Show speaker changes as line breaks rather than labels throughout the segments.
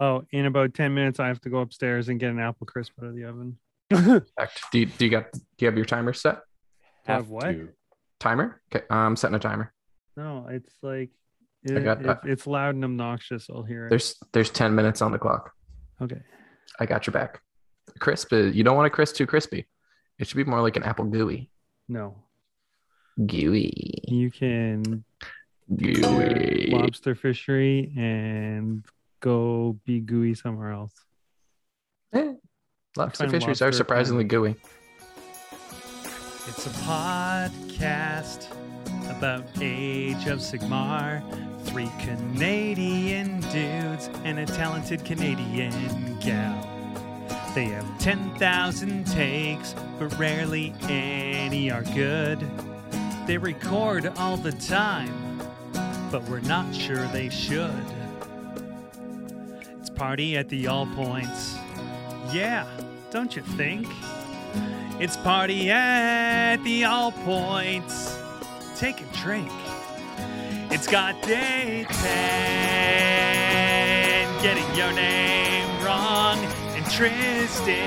Oh, in about 10 minutes, I have to go upstairs and get an apple crisp out of the oven.
Perfect. Do you, do you got do you have your timer set?
Have what?
to.
Timer? Okay, I'm setting a timer.
No, it's like, it,
got
if
that.
it's loud and obnoxious. I'll hear it.
There's there's 10 minutes on the clock.
okay.
I got your back. Crisp is, you don't want a crisp too crispy. It should be more like an apple gooey.
No,
Gooey.
you can
Gooey.
lobster fishery and go be gooey somewhere else.
Eh, Lobster
find
fisheries
lobster
are surprisingly gooey.
It's a podcast about Age of Sigmar. Three Canadian dudes and a talented Canadian gal. They have 10,000 takes, but rarely any are good. They record all the time, but we're not sure they should. It's party at the All Points. Yeah, don't you think? It's party at the All Points. Take a drink. It's got day 10. Getting your name wrong. And Tristan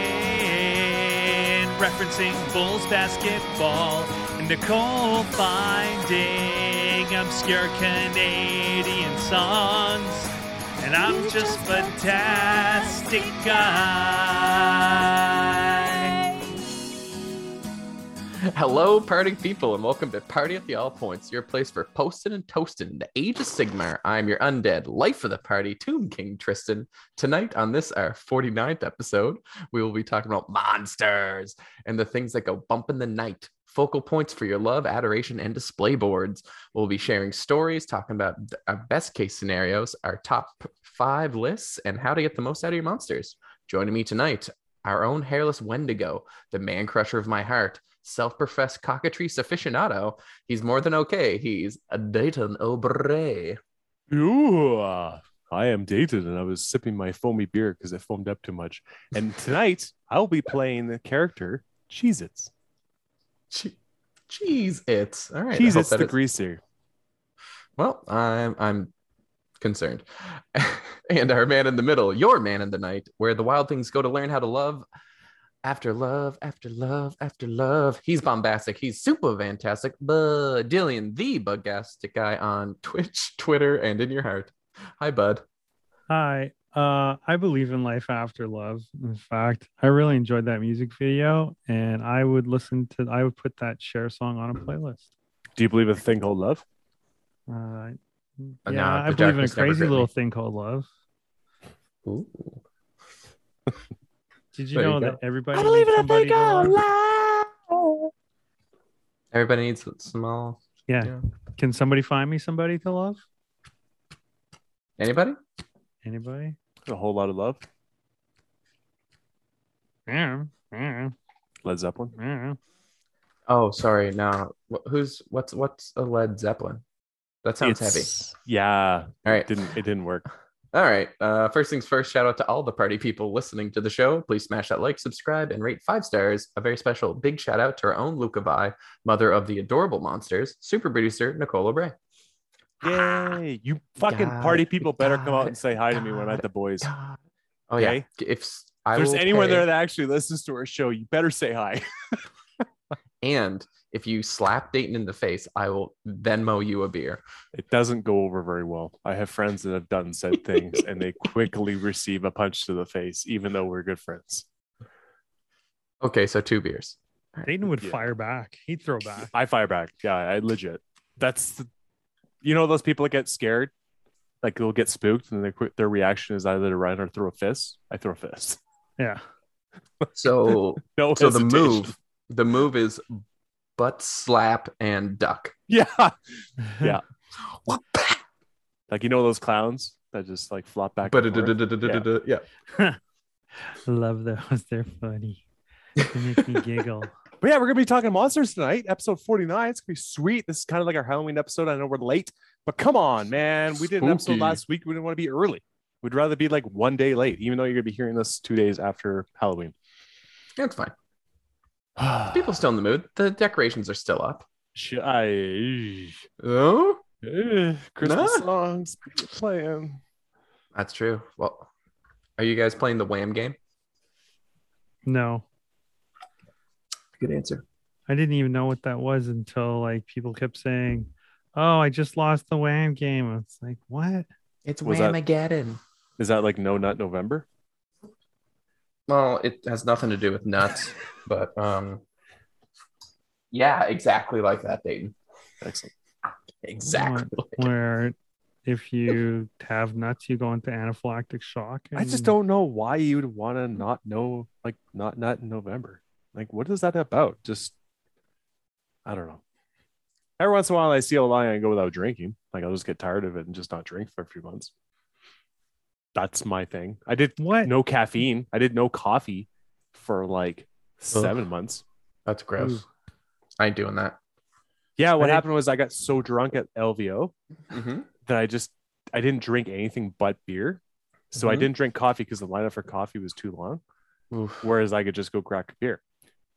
referencing Bulls basketball. And Nicole finding obscure Canadian songs. And I'm just fantastic guy.
Hello, party people, and welcome to Party at the All Points, your place for posting and toasting in the age of Sigmar. I'm your undead, life of the party, Tomb King Tristan. Tonight, on this, our 49th episode, we will be talking about monsters and the things that go bump in the night, focal points for your love, adoration, and display boards. We'll be sharing stories, talking about th- our best case scenarios, our top p- five lists, and how to get the most out of your monsters. Joining me tonight, our own hairless Wendigo, the man crusher of my heart self-professed cockatrice aficionado. He's more than okay. He's a Dayton O'Bray.
Ooh, uh, I am dated and I was sipping my foamy beer because it foamed up too much. And tonight I'll be playing the character Cheez Its.
Che- Jeez, it's all right. I
Cheez
hope
Its
that
the
is-
greaser.
well, I'm I'm concerned. and our man in the middle, your man in the night, where the wild things go to learn how to love. After love, after love, after love. He's bombastic. He's super fantastic. But Dillian, the bugastic guy on Twitch, Twitter, and in your heart. Hi, bud.
Hi. Uh, I believe in life after love. In fact, I really enjoyed that music video, and I would listen to. I would put that share song on a playlist.
Do you believe a thing called love?
Uh,
Uh,
yeah,
nah,
I
the
believe in a
darkness never
crazy
gripped me.
little thing called love.
Ooh.
Did you
There you
know
go.
that everybody? needs somebody to love?
Everybody needs a small.
Yeah.
Yeah.
Can somebody find me somebody to love?
Anybody?
Anybody?
A whole lot of love.
Yeah. Yeah.
Led Zeppelin.
Yeah.
Oh, sorry. No. Wh- Who's what's what's a Led Zeppelin? That sounds heavy.
It's- Yeah,
All right.
didn't it didn't work.
All right. Uh, first things first, shout out to all the party people listening to the show. Please smash that like, subscribe, and rate five stars. A very special big shout out to our own Luca Vi, mother of the adorable monsters, super producer Nicole O'Bray.
Yay! You fucking
God,
party people better come out
God,
and say hi to me when I'm at the boys. If
God. Oh yeah.
Okay.
If s- I
there's
will
anyone
pay-
there that actually listens to our show, you better say hi.
and if you slap Dayton in the face, I will Venmo you a beer.
It doesn't go over very well. I have friends that have done said things and they quickly receive a punch to the face, even though we're good friends.
Okay, so two beers.
Dayton would
Yeah.
fire back. He'd throw back.
I fire back. Yeah, I legit. That's the, you know those people that get scared, like they'll get spooked and their quick their reaction is either to run or throw a fist. I throw a fist.
Yeah.
So
No,
so the
hesitation.
move the move is butt slap and duck.
Yeah, Yeah. like you know those clowns that just like flop back.
But
and forth?
yeah.
Love those. They're funny. They make me giggle.
But yeah, we're gonna be talking monsters tonight, episode 49. It's gonna be sweet. This is kind of like our Halloween episode. I know we're late, but come on, man. We did an episode
Spooky.
last week. We didn't want to be early. We'd rather be like one day late, even though you're gonna be hearing this two days after Halloween.
That's fine.
People
People still in the mood. The decorations are still up.
I
Oh,
Eh, Christmas
Nah.
songs playing.
that's true. Well, Are you guys playing the Wham game?
No,
Good answer.
I didn't even know what that was until like people kept saying, "Oh, I just lost the Wham game." It's like, what?
It's
Was that-
Whamageddon.
Is that like No Nut November?
Well, it has nothing to do with nuts, but um, yeah, exactly like that, Dayton.
Excellent.
Exactly.
Where if you have nuts, you go into anaphylactic shock.
I just
and-
don't know why you'd want to not know, like, not nut in November. Like, what is that about? Just, I don't know. Every once in a while, I see a line and go without drinking. Like, I'll just get tired of it and just not drink for a few months. That's my thing. I did
What?
no caffeine. I did no coffee for like seven months.
That's gross.
Ooh.
I ain't doing that.
Yeah, what
did-
happened was I got so drunk at LVO
Mm-hmm.
that I just I didn't drink anything but beer. So I
Mhm.
didn't drink coffee because the lineup for coffee was too long.
Oof.
Whereas I could just go crack a beer.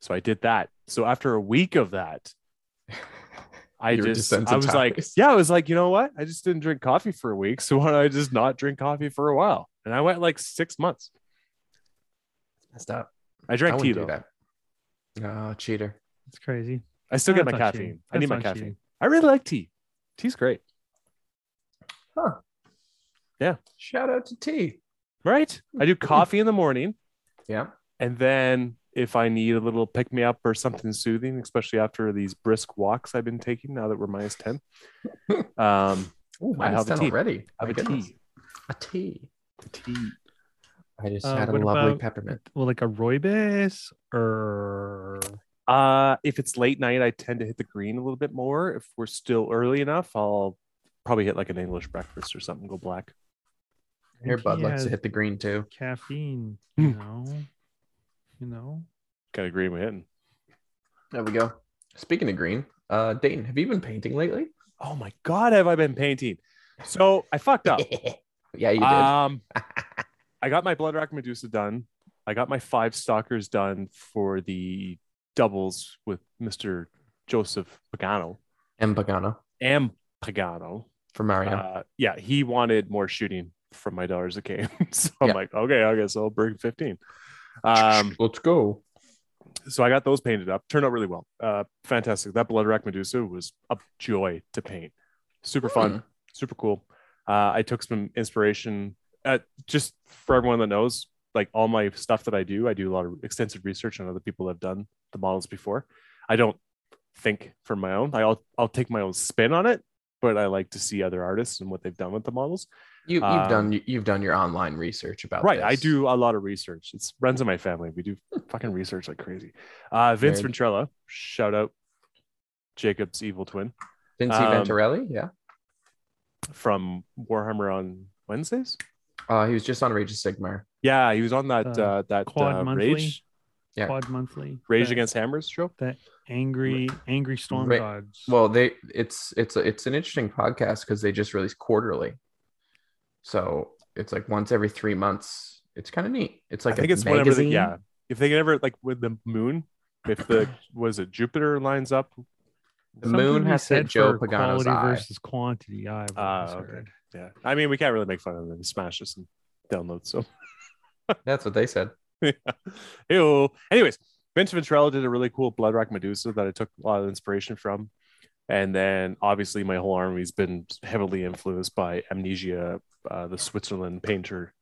So I did that. So after a week of that, I
You were
just I was like,
desensitized.
yeah, I was like, you know what? I just didn't drink coffee for a week. So why don't I just not drink coffee for a while? And I went like six months.
Messed up.
I
I
drank tea
wouldn't do
though.
that. Oh, cheater.
It's crazy.
I still get my
That's not cheating.
caffeine. I need
That's
my
not
caffeine.
cheating.
I really like tea. Tea's great,
Shout out to T.
right? I do coffee in the morning.
Yeah.
And then if I need a little pick me up or something soothing, especially after these brisk walks I've been taking now that we're minus 10, um,
Ooh,
I
mine's
have a
done
tea.
already.
I have
My
a
goodness.
tea.
A tea.
Tea.
I just
Uh,
had a
what
lovely
about-
peppermint.
Well, like a rooibos or
Uh, if it's late night, I tend to hit the green a little bit more. If we're still early enough, I'll probably hit like an English breakfast or something, go black.
I
Here,
think
Bud
he
likes to
has
hit the green too.
caffeine.
Hmm.
You know, you know.
Kind of green we're hitting.
There we go. Speaking of green, uh, Dayton, have you been painting lately?
Oh my God, have I been painting? So I fucked up.
yeah, you did.
Um, I got my Blood Rock Medusa done. I got my five stalkers done for the doubles with Mr. Joseph Pagano
and Pagano
and Pagano.
for Mario.
Uh, yeah, he wanted more shooting from my dollars a game. so I'm
Yeah.
like, okay, I guess I'll bring 15. Um,
Let's go.
so I got those painted up. Turned out really well. Uh, fantastic. That Blood Rock Medusa was a joy to paint. Super fun
Hmm.
super cool. Uh, I took some inspiration. Uh, just for everyone that knows, like all my stuff that I do, I do a lot of extensive research on other people that have done the models before. I don't think for my own. I'll I'll take my own spin on it, but I like to see other artists and what they've done with the models.
You, you've
Um,
done you've done your online research about
right, I
this. Hmm.
do a lot of research. It's runs in my family. We do fucking research like crazy. Uh, Vince
Nerd.
Ventrella, shout out Jacob's evil twin
Vinci
um,
Venturelli. Yeah,
from Warhammer on Wednesdays.
uh, he was just on Rage of Sigmar.
Yeah, he was on that
Uh,
uh, that
Quad
uh,
Monthly?
Rage
Yeah.
Quad monthly.
Rage
That
Against Hammers show.
angry, angry storm
Ra-
gods.
Well, they it's it's a, it's an interesting podcast because they just release quarterly, so it's like once every three months. It's kind of neat. It's like
I think
a
it's
magazine.
whenever. They, yeah, if they can ever like with the moon, if the was it Jupiter lines up.
the moon
Something we
has to hit
said
Joe
for
Pagano's
quality
eye.
versus quantity. I've
Ah,
always
okay.
heard.
Yeah, I mean we can't really make fun of them. They smash us and download. So,
That's what they said.
ew. Anyways, Vince Ventrella did a really cool Blood Rock Medusa that I took a lot of inspiration from, and then obviously my whole army's been heavily influenced by Amnesia, uh, the Switzerland painter,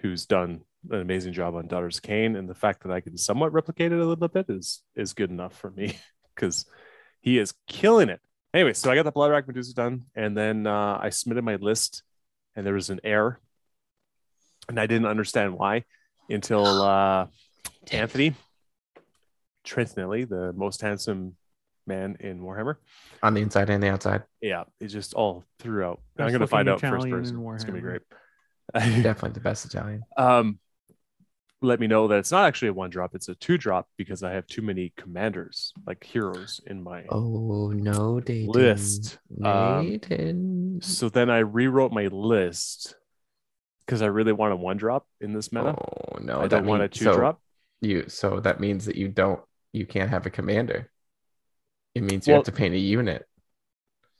who's done an amazing job on Daughters of Cain, and the fact that I can somewhat replicate it a little bit is is good enough for me because he is killing it. Anyway, so I got the Blood Rock Medusa done, and then uh, I submitted my list, and there was an error, and I didn't understand why until uh, Anthony Trentinelli, the most handsome man in Warhammer.
On the inside and the outside,
Yeah, it just all throughout.
Best
I'm gonna
looking
find out first
Italian in
person. It's gonna be
Warhammer.
great. Yeah.
definitely the best Italian.
um, let me know that it's not actually a one drop; it's a two drop because I have too many commanders, like heroes, in my
Oh no, Dayton.
list. Um,
Dayton.
So then I rewrote my list because I really want a one drop in this meta.
oh no,
I
that
don't want a
mean-
two
so
drop.
You so that means that you don't you can't have a commander. It means you
Well-
have to paint a unit.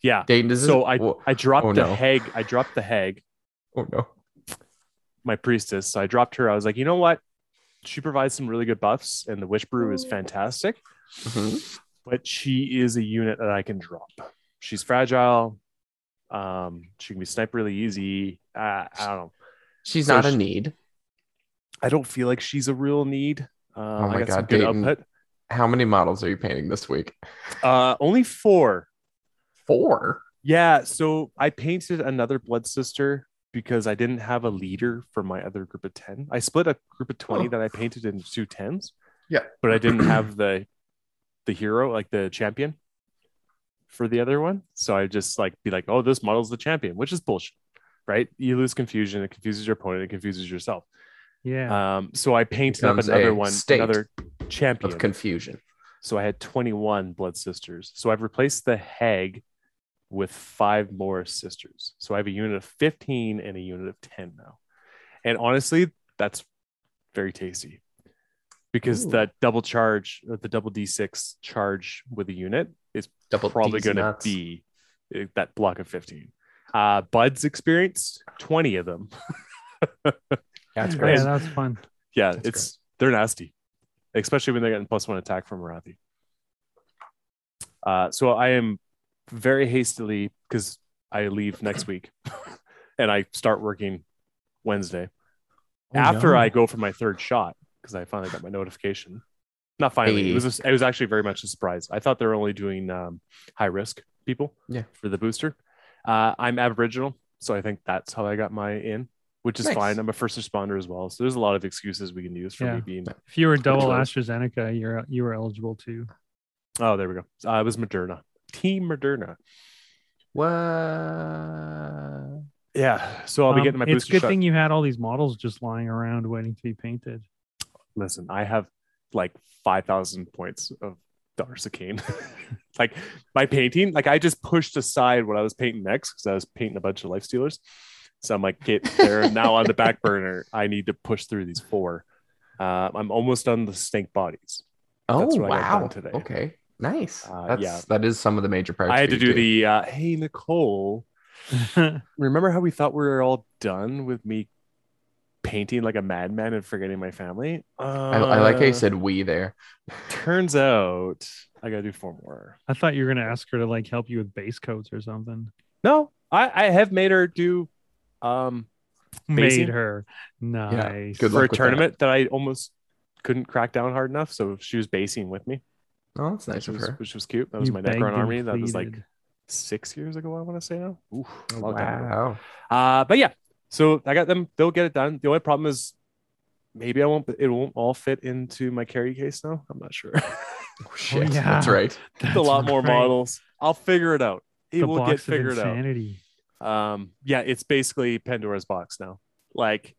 Yeah.
Dayton, does
So
this, whoa,
I dropped
oh,
the
no.
hag. I dropped the hag.
oh no.
my priestess. So I dropped her. I was like, you know what? She provides some really good buffs, and the witch brew is fantastic.
Mhm.
But she is a unit that I can drop. She's fragile. Um, she can be sniped really easy. Uh, I don't know.
She's
So
not a
she-
need.
I don't feel like she's a real need. Uh,
Oh my
I got some
God,
good
Dayton.
output.
How many models are you painting this week?
Uh, only four.
Four.
Yeah, so I painted another blood sister because I didn't have a leader for my other group of 10. I split a group of 20
Oh.
that I painted into two tens.
Yeah.
But I didn't have the the hero, like the champion for the other one. So I just like be like, "Oh, this model's the champion," which is bullshit. Right? You lose confusion, it confuses your opponent, it confuses yourself.
Yeah.
Um so I painted up
Becomes
another
a
one,
state
another champion.
Of confusion.
So I had 21 blood sisters. So I've replaced the hag with five more sisters. So I have a unit of 15 and a unit of 10 now. And honestly, that's very tasty because
Ooh.
that double charge, uh, the double D6 charge with a unit is
Double
probably
D's
going to
nuts.
be uh, that block of 15. Uh, Bud's experienced 20 of them.
That's
Oh, yeah,
great.
that was fun.
Yeah,
That's
it's they're nasty, especially when they're getting plus one attack from Marathi. Uh, so I am very hastily because I leave next week, and I start working Wednesday
Oh,
after I go for my third shot because I finally got my notification. Not finally,
Hey.
it was a, it was actually very much a surprise. I thought they were only doing um, high risk people,
Yeah.
for the booster. Uh, I'm Aboriginal, so I think that's how I got my in, which is
Nice.
fine. I'm a first responder as well, so there's a lot of excuses we can use for
Yeah.
me being.
If you were double
close.
AstraZeneca, you're you were eligible too.
Oh, there we go. Uh, I was Moderna, Team Moderna.
What?
Yeah, so I'll be
Um,
getting my
it's
booster
good
shot.
thing you had all these models just lying around waiting to be painted.
Listen, I have like five thousand points of Darcicane. like my painting, like I just pushed aside what I was painting next because I was painting a bunch of life stealers. So I'm like, get they're now on the back burner. I need to push through these four. Uh, I'm almost on the snake bodies.
Oh
That's what I got
wow.
done today.
Okay. Nice.
Uh,
That's
yeah.
that is some of the major parts.
I had
for
to
you
do
too.
the uh, hey Nicole.
yeah,
Remember how we thought we were all done with me painting like a madman and forgetting my family? Uh,
I, I like how you said we there.
Turns out I gotta do four more.
I thought you were gonna ask her to like help you with base coats or something.
No, I, I have made her do um Basing?
Made her nice.
good
for a
luck with
tournament that. I almost couldn't crack down hard enough. So she was basing with me,
Oh, that's nice
which
of
was,
her.
which was cute. That was
You
my
begged
Necron
and
army. That was like
pleaded.
six years ago, I want to say now. Oof, a long time ago.
Oh, Wow.
Uh, but yeah, so I got them. They'll get it done. The only problem is maybe I won't. It won't all fit into my carry case now. I'm not sure.
Oh, shit.
yeah.
That's right.
That's
a lot more
right.
models. I'll figure it out. It
The
will get
box of
figured out.
insanity.
um yeah it's basically pandora's box now like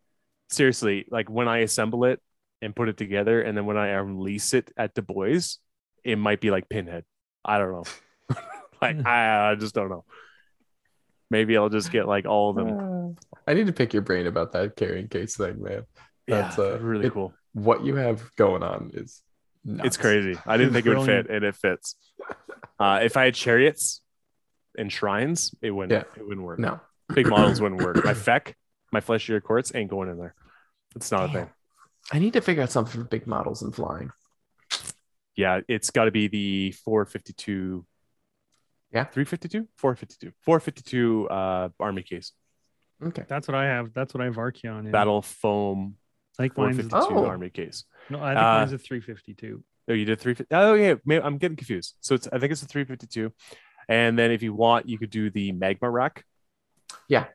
seriously like when i assemble it and put it together and then when i release it at the boys it might be like pinhead i don't know like I, I just don't know maybe i'll just get like all of them
Uh, I need to pick your brain about that carrying case thing, man. That's,
yeah,
uh,
really
it-
cool
What you have going on is nuts.
it's crazy i didn't think it would
Brilliant.
fit and it fits uh if i had chariots and shrines it wouldn't it wouldn't work
No.
big models wouldn't work my feck my flesh year courts ain't going in there it's not a thing
Damn. I need to figure out something for big models and flying.
yeah, it's got to be the 452.
Yeah.
352, 452, 452 uh, army case,
Okay.
That's what I have. That's what I have Archeon in.
battle foam
Like mine's is,
452
Oh.
army case.
no, I think
Uh,
mine's a 352.
Oh, you did 350. Oh, yeah, may- I'm getting confused. So it's, I think it's a 352. And then if you want, you could do the magma rack
That's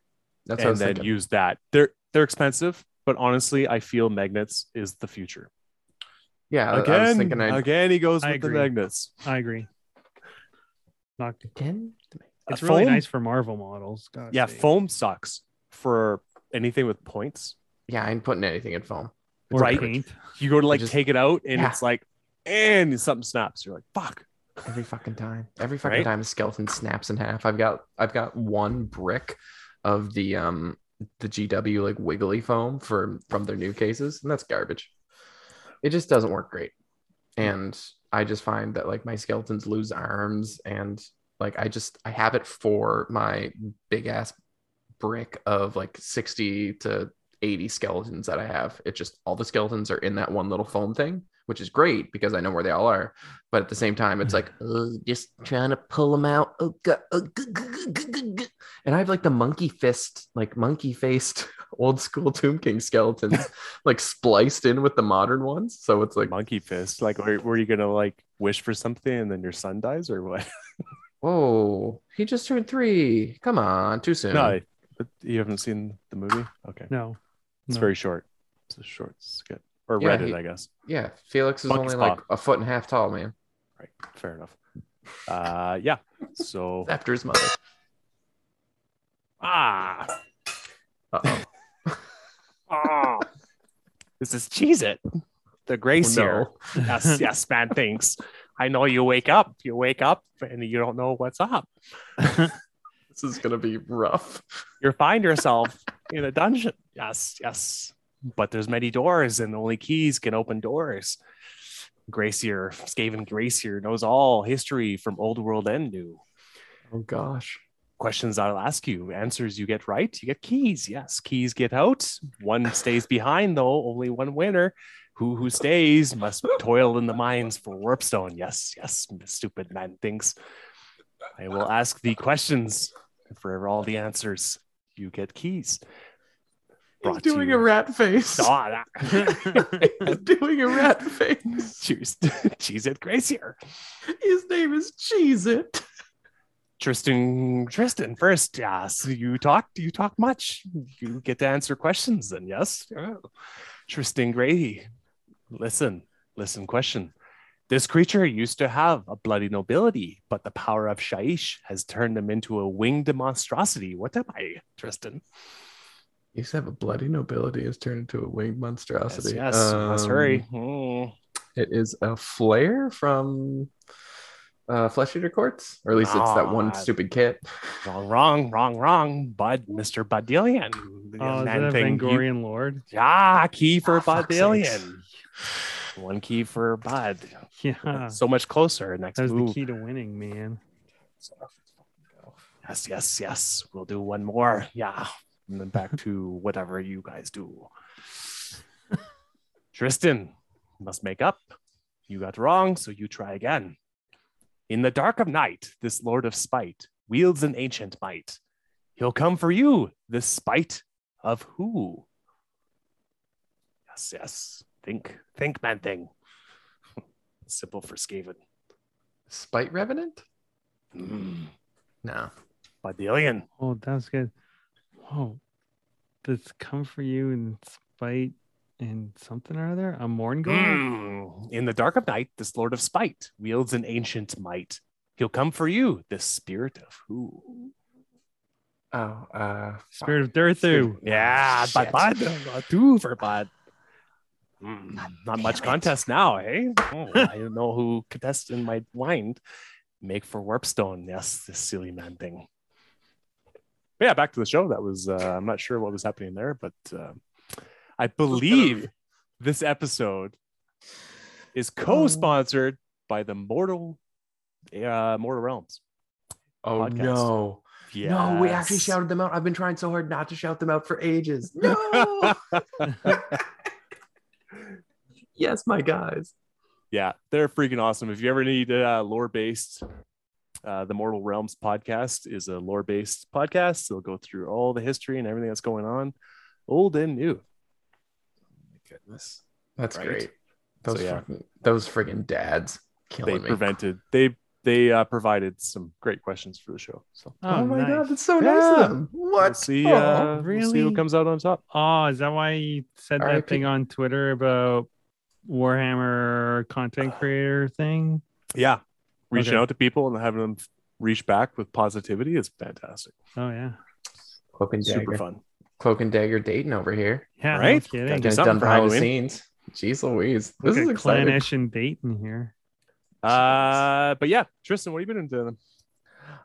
what I
and
was
then
thinking.
use that. They're they're expensive, but honestly, I feel magnets is the future.
yeah. I-
Again,
I was thinking I'd
again, he goes
I
with the
agree.
magnets.
I agree. Not,
Again?
it's
Uh,
really
foam?
nice for Marvel models. God's
Yeah,
sake.
foam sucks for anything with points.
Yeah, I ain't putting anything in foam.
or
right.
paint.
you go to like
just-
take it out and
Yeah.
it's like and something snaps you're like fuck
Every fucking time. Every fucking
Right?
time a skeleton snaps in half. I've got I've got one brick of the um the GW like wiggly foam for from their new cases, and that's garbage. It just doesn't work great. And I just find that like my skeletons lose arms and like I just I have it for my big ass brick of like 60 to 80 skeletons that I have. It's just all the skeletons are in that one little foam thing, which is great because I know where they all are. But at the same time, it's like, oh, just trying to pull them out. Oh, God. Oh, g- g- g- g- g- g-" And I have like the monkey fist, like monkey faced old school Tomb King skeletons, like spliced in with the modern ones. So it's like,
monkey fist. Like, were, were you gonna like wish for something and then your son dies or what?
whoa, he just turned three. Come on, too soon.
No, but you haven't seen the movie. Okay,
No.
it's
no.
very short. It's a short. It's good. Or
Yeah,
read it,
he-
I guess.
yeah, Felix is
Monkey's
only like a foot and a half tall, man,
Right. Fair enough. Uh, yeah. So
after his mother.
ah,
Uh-oh.
ah, this is cheese it. The grace here.
Oh, no.
Oh, yes, yes, man. Thanks. I know you wake up. You wake up and you don't know what's up.
This is going to be rough.
You find yourself in a dungeon. Yes, yes. But there's many doors, and only keys can open doors. Gracier, Skaven Gracier knows all history from old world and new.
Oh, gosh.
Questions I'll ask you, answers you get right, you get keys. Yes, keys get out. One stays behind, though, only one winner. Who who stays must toil in the mines for warpstone. Yes, yes, stupid man thinks. I will ask the questions. For all the answers, you get keys.
He's
Brought to
doing
you-
a rat face.
Ah, that-
He's doing a rat face.
Cheers. Cheese it, Gracier.
His name is Cheese It.
Tristan, Tristan, first, yes, you talk, you talk much. You get to answer questions, then, yes. Yeah. Tristan Grady, listen, listen, question. This creature used to have a bloody nobility, but the power of Shaish has turned him into a winged monstrosity. What am I, Tristan?
He used to have a bloody nobility, has turned into a winged
Yes,
monstrosity.
yes, let's
Um,
hurry. Hmm.
It is a flare from uh, Flesh Eater Courts, or at least it's that one
Ah.
stupid kit.
Wrong, wrong, wrong, wrong. Bud, Mr. Budillion. the
Oh, is
man
that a
thing, you-
Vangorian lord?
Yeah, key for
Ah, fuck's
Budillion. One key for Bud.
Yeah.
So much closer. Next
That was
move.
the key to winning, man.
Yes, yes, yes. We'll do one more. Yeah. And then back to whatever you guys do. Tristan must make up. You got wrong, so you try again. In the dark of night, this lord of spite wields an ancient might. He'll come for you, the spite of who? Yes, yes. Think, think, man, thing. Simple for Skaven.
Spite Revenant?
Mm.
No.
Badillion.
Oh, that was good. Whoa. That's come for you in spite and something or other? A Morngor?
Mm. In the dark of night, this lord of spite wields an ancient might. He'll come for you, the spirit of who?
Oh, uh,
Spirit of Dirthu.
Yeah, but
Ah, Shit.
bud, not two for bud. Mm, Not much
damn it.
contest now, eh? Oh, I don't know who contestant might wind. Make for Warpstone. Yes, this silly man thing. But yeah, back to the show. That was, uh, I'm not sure what was happening there, but uh, I believe this episode is
Oh.
co sponsored by the Mortal uh, Mortal Realms.
Oh,
podcast.
no. No, we actually
Yes.
shouted them out. I've been trying so hard not to shout them out for ages. No. yes, my guys.
yeah, they're freaking awesome. If you ever need uh, lore based, uh, the Mortal Realms podcast is a lore based podcast. They'll go through all the history and everything that's going on, old and new.
Goodness. That's
Right?
great. Those
So, yeah.
fucking, those friggin' dads killing
They
me.
prevented they they uh, provided some great questions for the show. So
oh, my
nice.
god, that's so nice
Yeah.
of them. What?
we'll see.
Oh,
Uh, we'll see
really?
who comes out on top.
Oh, is that why you said that
RIP.
thing on Twitter about Warhammer content creator thing?
Yeah, reaching
Okay.
out to people and having them reach back with positivity is fantastic.
Oh yeah.
Cloak and dagger.
Super fun.
Cloak and dagger Dayton over here.
Yeah,
Right?
no kidding.
do
Guys
something
done
for
behind the
Halloween.
scenes. Jeez Louise.
Look
This is
at
exciting.
Clanish and Dayton here.
Uh, but yeah, Tristan, what have you been doing?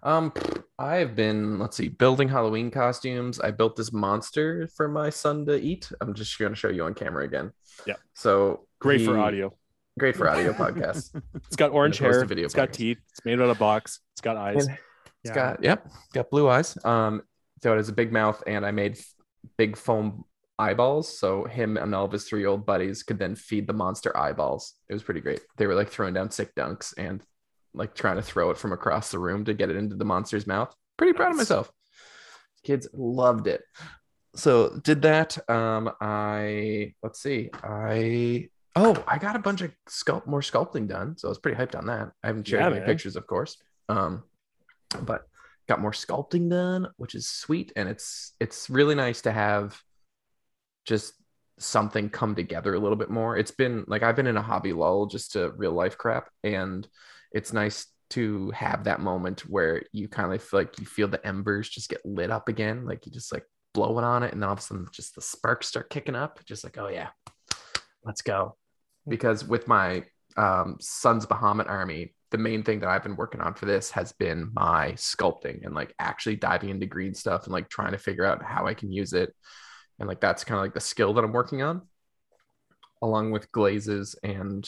Um, pfft, I've been let's see, building Halloween costumes. I built this monster for my son to eat. I'm just going to show you on camera again.
Yeah.
So
Great for
he-
audio.
Great for audio podcasts.
It's got orange
opposed
hair.
to video
It's got
podcast.
teeth. It's made out of box. It's got eyes.
And- It's got yep, got blue eyes. Um, so it has a big mouth, and I made f- big foam eyeballs. So him and all of his three old buddies could then feed the monster eyeballs. It was pretty great. They were like throwing down sick dunks and like trying to throw it from across the room to get it into the monster's mouth. Pretty proud of
Nice.
myself. Kids loved it. So did that. Um, I let's see. I oh, I got a bunch of sculpt more sculpting done. So I was pretty hyped on that. I haven't shared
Yeah,
any
man.
pictures, of course. Um, but got more sculpting done, which is sweet. And it's it's really nice to have just something come together a little bit more. It's been like I've been in a hobby lull just to real life crap, and it's nice to have that moment where you kind of feel like you feel the embers just get lit up again, like you just like blowing on it, and then all of a sudden just the sparks start kicking up, just like oh yeah, let's go. Because with my um, son's Bahamut army, the main thing that I've been working on for this has been my sculpting and like actually diving into green stuff and like trying to figure out how I can use it and like that's kind of like the skill that I'm working on, along with glazes and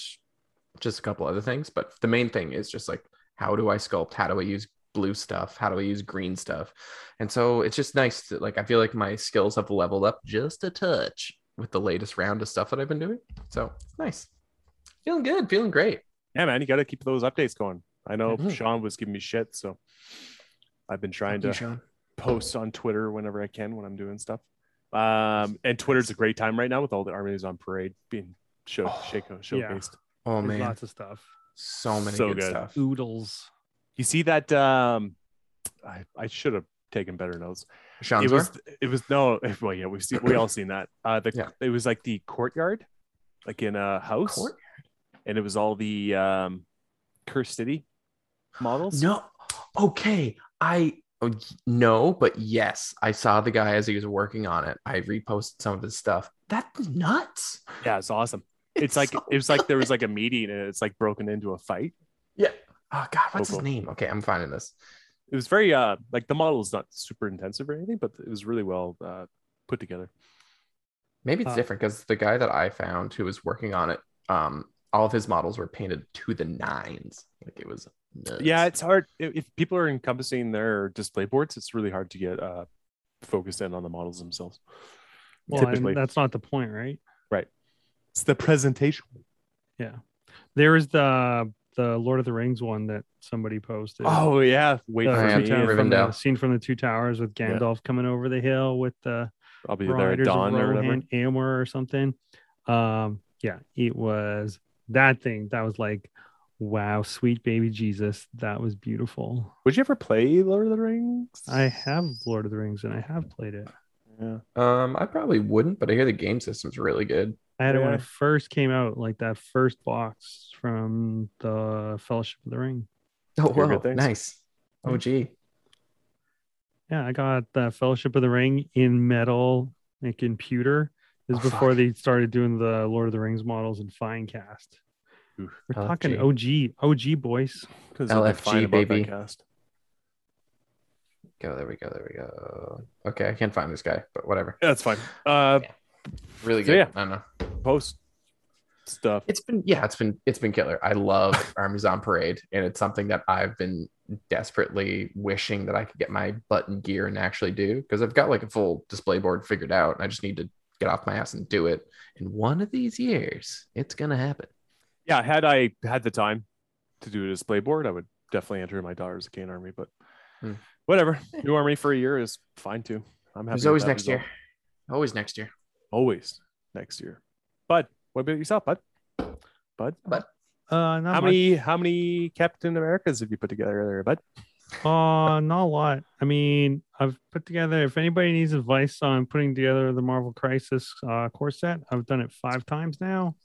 just a couple other things. But the main thing is just like how do I sculpt? How do I use blue stuff? How do I use green stuff? And so it's just nice to like I feel like my skills have leveled up just a touch with the latest round of stuff that I've been doing. So it's nice, feeling good, feeling great.
Yeah, man, you got to keep those updates going. I know
Mhm.
Sean was giving me shit, so I've been trying
Thank you,
to
Sean.
post on Twitter whenever I can when I'm doing stuff. Um, and Twitter's a great time right now with all the armies on parade being show,
Oh,
shake,
yeah.
showcased.
Oh
There's
man,
lots of stuff.
so many
So
good,
good.
stuff.
Oodles.
You see that? Um, I, I should have taken better notes.
Sean's
it was it was no well yeah we've seen we all seen that uh the
Yeah.
it was like the courtyard like in a house
court?
and it was all the um cursed city models
No. Okay. I oh, no, but yes, I saw the guy as he was working on it. I reposted some of his stuff. That's nuts.
yeah it's awesome it's, like
so-
it was like there was like a meeting and it's like broken into a fight
yeah. Oh God, what's
Cool, cool.
his name? Okay, I'm finding this.
it was very uh like the model is not super intensive or anything but it was really well uh put together
Maybe it's
Uh,
different because the guy that I found who was working on it, um, all of his models were painted to the nines. Like it was. Nuts.
yeah it's hard if, if people are encompassing their display boards it's really hard to get uh focused in on the models themselves
Well, I
Typically.
mean, that's not the point, right?
it's the presentation
There is the the Lord of the Rings one that somebody posted.
oh yeah wait
The
I
for
two
am
me
town-
too.
from the-
Rivendell.
scene from the Two Towers with
Yeah.
Gandalf coming over the hill with the
I'll be there at
Riders
dawn
of
or whatever.
Rohan Amor or something. Um, yeah, it was that thing that was like, wow, sweet baby Jesus, that was beautiful.
Would you ever play Lord of the Rings?
I have Lord of the Rings and I have played it.
Yeah.
Um, I probably wouldn't, but I hear the game system's really good.
I had it when
Yeah.
it first came out, like that first box from the Fellowship of the Ring.
Oh
Hear good
wow,
things. Hmm.
nice. Oh gee.
Yeah, I got the Fellowship of the Ring in metal, like in pewter. This
Oh,
is before
fuck.
they started doing the Lord of the Rings models in fine cast.
Oof.
We're
LFG.
talking OG, OG boys.
Because
LFG, baby.
cast.
Go there we go there we go. Okay, I can't find this guy, but whatever.
Yeah, that's fine. Uh,
Really
So,
good.
yeah.
I don't know.
post stuff.
it's been yeah it's been it's been killer i love armies on parade and it's something that i've been desperately wishing that i could get my button gear and actually do because i've got like a full display board figured out and i just need to get off my ass and do it in one of these years it's gonna happen
Yeah, had I had the time to do a display board, I would definitely enter my daughter's Kane army. But
Hmm.
whatever, new army for a year is fine too. I'm happy.
it's
with
always
that
next
result.
year always next year
Always next year. Bud, what about yourself, bud? Bud,
Uh, not
how
much.
many how many Captain Americas have you put together there, bud?
Uh, not a lot. I mean, I've put together. If anybody needs advice on putting together the Marvel Crisis uh, core set, I've done it five times now,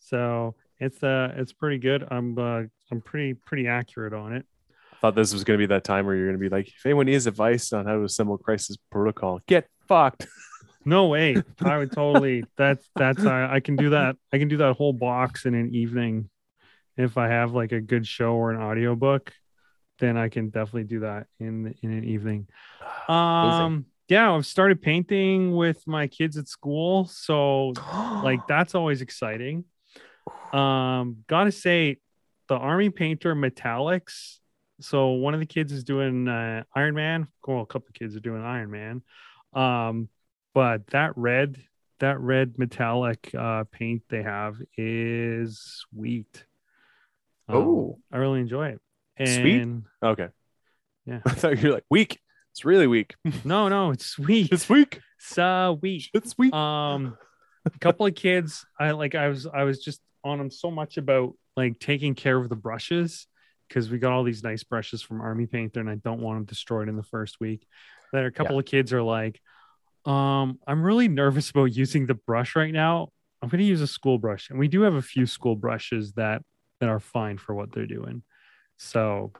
so it's uh, it's pretty good. I'm uh, I'm pretty pretty accurate on it.
thought this was going to be that time where you're going to be like, if anyone needs advice on how to assemble crisis protocol, get fucked.
No way, I would totally. That's that's I, I can do that. I can do that whole box in an evening, if I have like a good show or an audiobook, then I can definitely do that in in an evening. Um, yeah, I've started painting with my kids at school, so like that's always exciting. Um, gotta say, the army painter metallics. So one of the kids is doing uh, Iron Man. Well, a couple of kids are doing Iron Man. Um, but that red that red metallic uh, paint they have is sweet. Um,
Oh.
I really enjoy it.
Sweet?
And
Okay.
Yeah.
I thought you were like weak. It's really weak.
no, no, it's sweet.
It's weak.
sweet.
It's weak.
um a couple of kids i like i was i was just on them so much about like taking care of the brushes because we got all these nice brushes from army painter and i don't want them destroyed in the first week that a couple of kids are like um i'm really nervous about using the brush right now i'm going to use a school brush and we do have a few school brushes that that are fine for what they're doing so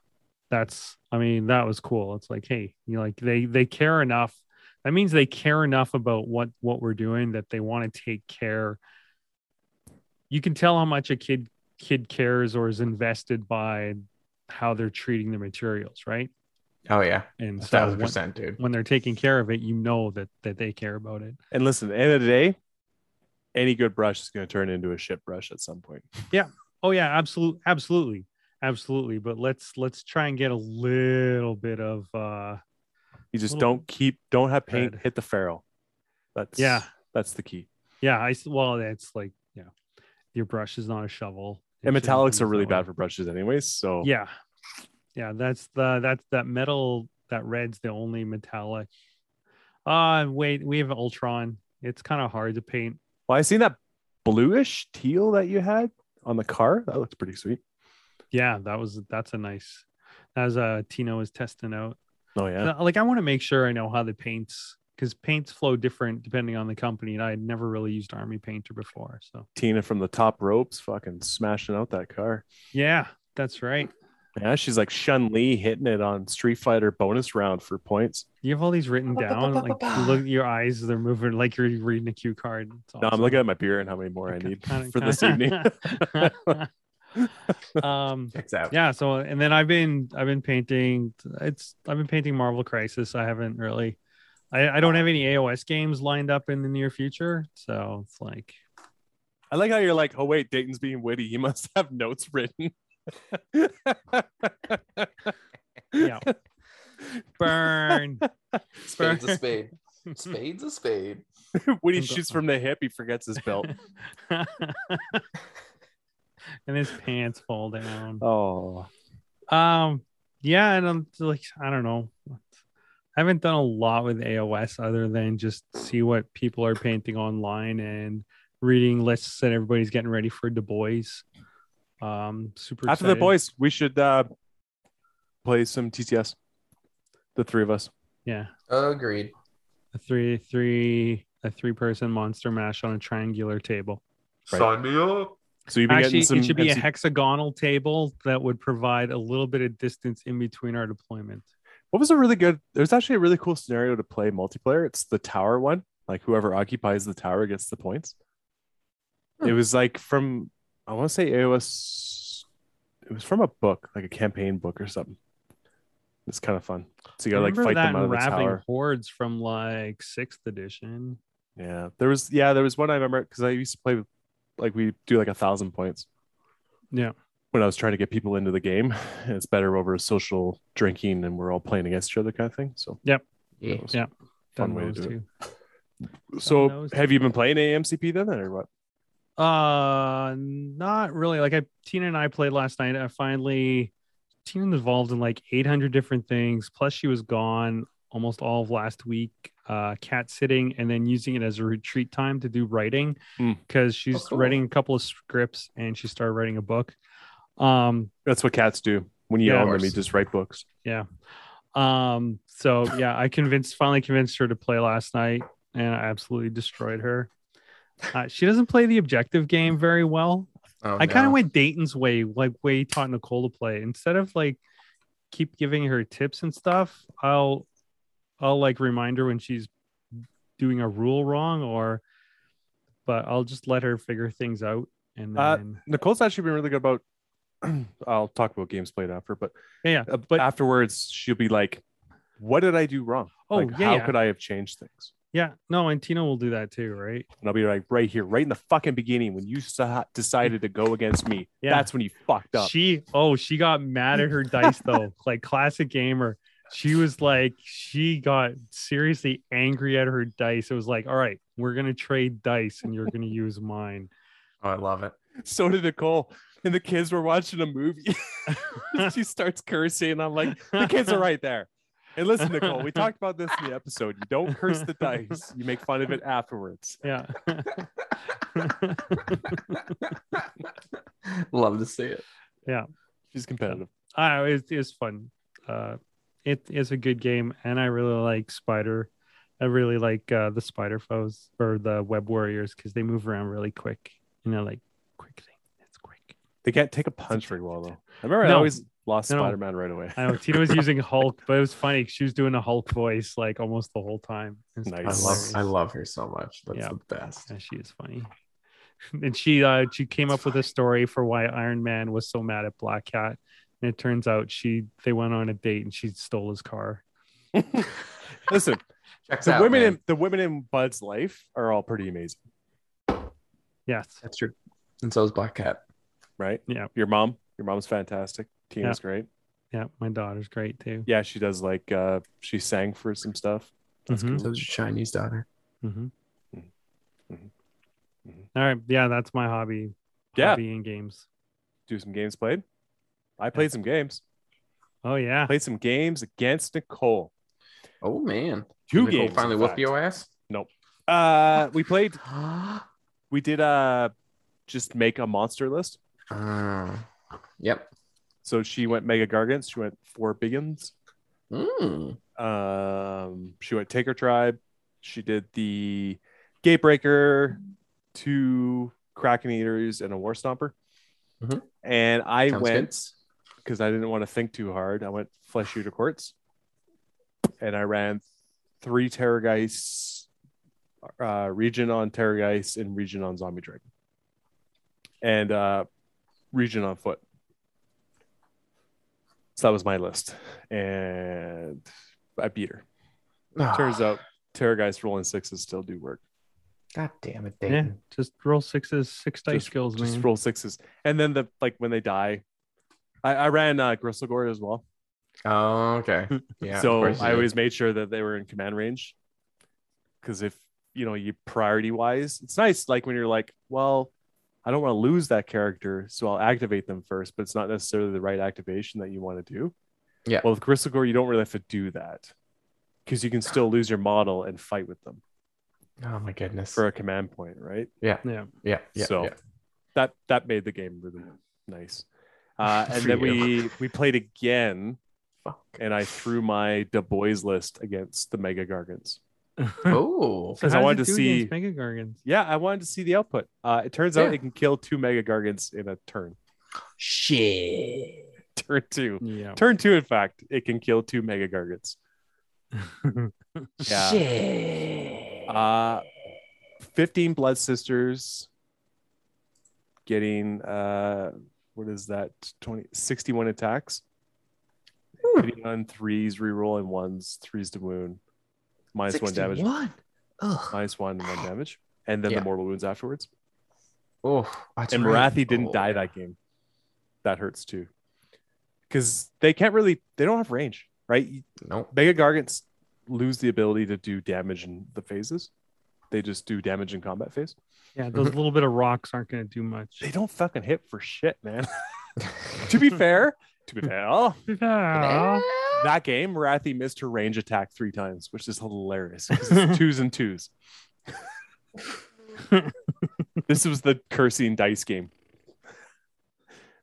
that's i mean that was cool it's like hey you know, like they they care enough that means they care enough about what what we're doing that they want to take care you can tell how much a kid kid cares or is invested by how they're treating the materials right
Oh yeah,
and
a
so
thousand
when,
percent, dude.
when they're taking care of it you know that that they care about it
and listen, at the end of the day, any good brush is going to turn into a shit brush at some point.
oh yeah absolutely absolutely absolutely but let's let's try and get a little bit of uh
You just
Little
don't keep, don't have paint
red.
hit the ferro. That's
yeah
that's the key.
yeah i s- well that's like yeah your brush is not a shovel
And
It shouldn't
metallics
be
are really
that way.
bad for brushes, anyways. So
yeah yeah that's the that's that metal that red's the only metallic uh wait we have ultron it's kind of hard to paint
Well, I seen that bluish teal that you had on the car. That looked pretty sweet.
yeah that was that's a nice as uh tino was testing out
Oh yeah.
Uh, like i want to make sure i know how the paints because paints flow different depending on the company and i had never really used army painter before so
Tina from the top ropes, fucking smashing out that car.
yeah that's right
Yeah, she's like Shun Li hitting it on Street Fighter bonus round for points.
you have all these written down like you look your eyes they're moving like you're reading a cue card It's
No, I'm
awesome.
looking at my beer and how many more I need for this evening.
um
Checks out.
yeah so and then i've been i've been painting it's i've been painting marvel crisis i haven't really i, I don't have any aos games lined up in the near future so it's like
I like how you're like, oh wait, Dayton's being witty. He must have notes written.
yeah burn
Spade's a spade. Spade's a spade.
Witty shoots from the hip, he forgets his belt.
and his pants fall down
oh,
um yeah and i'm like i don't know i haven't done a lot with aos other than just see what people are painting online and reading lists that everybody's getting ready for du bois um super
after the
excited.
boys, we should uh, play some TTS. The three of us.
yeah
Agreed.
a three three a three person monster mash on a triangular table
Right.
Sign me up.
So you've been
actually
getting some.
it should be a
MC
hexagonal table that would provide a little bit of distance in between our deployment
what was a really good? There's actually a really cool scenario to play multiplayer. It's the tower one. Like whoever occupies the tower gets the points.
Hmm.
It was like from I want to say AOS. It was from a book, like a campaign book or something. It's kind of fun. So you gotta like
remember
fight
that
them out of the
unraveling
tower.
hordes from like sixth edition
Yeah, there was yeah there was one I remember because I used to play with like we do like a thousand points.
Yeah.
When I was trying to get people into the game, it's better over social drinking and we're all playing against each other kind of thing. So
Yeah.
that was
Yeah.
a
Done
fun way to
those
do it.
two. Done
So
those
have you been playing AMCP then or what?
Uh, not really. Like I, Tina and I played last night. I finally, Tina's involved in like 800 different things. Plus, she was gone almost all of last week, uh, cat sitting, and then using it as a retreat time to do writing
Mm.
because she's
cool.
writing a couple of scripts and she started writing a book. Um,
That's what cats do. When you
Yeah.
own
Of
them, you
course.
just write books.
um, so yeah, I convinced, finally convinced her to play last night, and I absolutely destroyed her. Uh, she doesn't play the objective game very well.
Oh,
I kind
no.
of went Dayton's way, like way he taught Nicole to play. Instead of like keep giving her tips and stuff, I'll I'll like remind her when she's doing a rule wrong or but I'll just let her figure things out and
Uh,
then
Nicole's actually been really good about I'll talk about games played after, but
yeah, yeah.
uh,
but
afterwards she'll be like, What did I do wrong?
Oh,
like,
yeah,
how
yeah.
could I have changed things?
yeah, no, and Tina will do that too, right?
And I'll be like, right here, right in the fucking beginning, when you sa- decided to go against me,
Yeah.
that's when you fucked up.
She oh she got mad at her dice though, like classic gamer. she was like she got seriously angry at her dice it was like all right we're gonna trade dice and you're gonna use mine
Oh, I love it.
So did Nicole. And the kids were watching a movie. she starts cursing. And I'm like, the kids are right there. And listen, Nicole, we talked about this in the episode. You don't curse the dice, you make fun of it afterwards.
yeah
Love to see it.
She's competitive.
I it's, it's fun uh it is a good game and i really like spider i really like uh the spider foes or the web warriors because they move around really quick you know like quick thing it's quick
They can't take a punch very well, though. I remember I
No.
always lost
No, no.
Spider Man right away.
I know Tina was using Hulk, but it was funny. She was doing a Hulk voice like almost the whole time. It was
Nice.
I love
hilarious.
I love her so much. That's
Yeah.
the best.
Yeah, she is funny. And she uh, she came up with a story for why Iron Man was so mad at Black Cat, and it turns out she they went on a date and she stole his car.
Listen,
Checks
the
out,
women
man.
in the women in Bud's life are all pretty amazing,
Yes,
That's true. And so is Black Cat.
right?
Yeah.
Your mom, your mom's fantastic. Tina's great.
yeah, my daughter's great too.
Yeah, she does like uh she sang for some stuff. That's
Mhm.
So
cool.
is your Chinese daughter.
Mm-hmm.
Mhm. Mhm. Mhm.
All right, yeah, that's my hobby.
Yeah.
hobby in games.
Do some games played. I played some games.
Oh yeah,
Played some games against Nicole.
Oh man.
Two
Nicole
games.
finally
in
whooped
fact.
your ass.
Uh, we played. We did uh, just make a monster list.
Ah. yep.
So she went Mega Gargants. She went four Biggins.
Mm.
Um, she went Taker Tribe. She did the Gatebreaker, two Kraken Eaters, and a War Stomper.
Mhm.
And I
Sounds
went because I didn't want to think too hard. I went Flesh Shooter Quartz, and I ran three Terror Geist, uh, region on Terror Geist, and region on Zombie Dragon, and uh, region on foot. So that was my list, and I beat her.
good.
Turns out Terror Geist rolling sixes still do work.
God damn it,
yeah.
Dayton.
Just roll sixes, six dice skills,
Just
man.
roll sixes, and then the like when they die. I, I ran uh, Gristlegord as well.
Oh, okay. Yeah. of
so
course you
I
did.
always made sure that they were in command range. Because if you know you priority wise, it's nice. Like when you're like, well, I don't want to lose that character, so I'll activate them first. But it's not necessarily the right activation that you want to do.
Yeah.
Well, with Crystal Gore, you don't really have to do that because you can still lose your model and fight with them
Oh my goodness.
for a command point, right?
yeah.
Yeah.
Yeah. Yeah.
so
yeah.
that that made the game really nice. Uh, and
For
then
you.
we we played again,
Fuck.
and I threw my Du Bois list against the Mega Gargants.
Oh.
So- 'Cause I
how does
wanted
it
to
do against
see-
Mega Gargans.
Yeah, I wanted to see the output. Uh, it turns out
Yeah.
it can kill two mega gargants in a turn.
Shit.
Turn two.
Yeah.
Turn two, in fact, it can kill two mega gargants. Yeah.
Shit.
Uh, 15 blood sisters getting uh what is that 20 61 attacks
Hmm.
hitting on threes reroll and ones threes to wound minus one damage
One. Ugh.
minus one one damage and then
Yeah.
the mortal wounds afterwards
Oh, that's
and
right.
Marathi didn't
Oh,
die
yeah.
that game. That hurts too, because they can't really. They don't have range, right? You-
Nope.
Mega Gargants lose the ability to do damage in the phases. They just do damage in combat phase.
Yeah, those little bit of rocks aren't going to do much.
They don't fucking hit for shit, man. to be fair, to be fair, oh,
Yeah.
that game Marathi missed her range attack three times, which is hilarious. 'cause it's twos and twos. this was the cursing dice game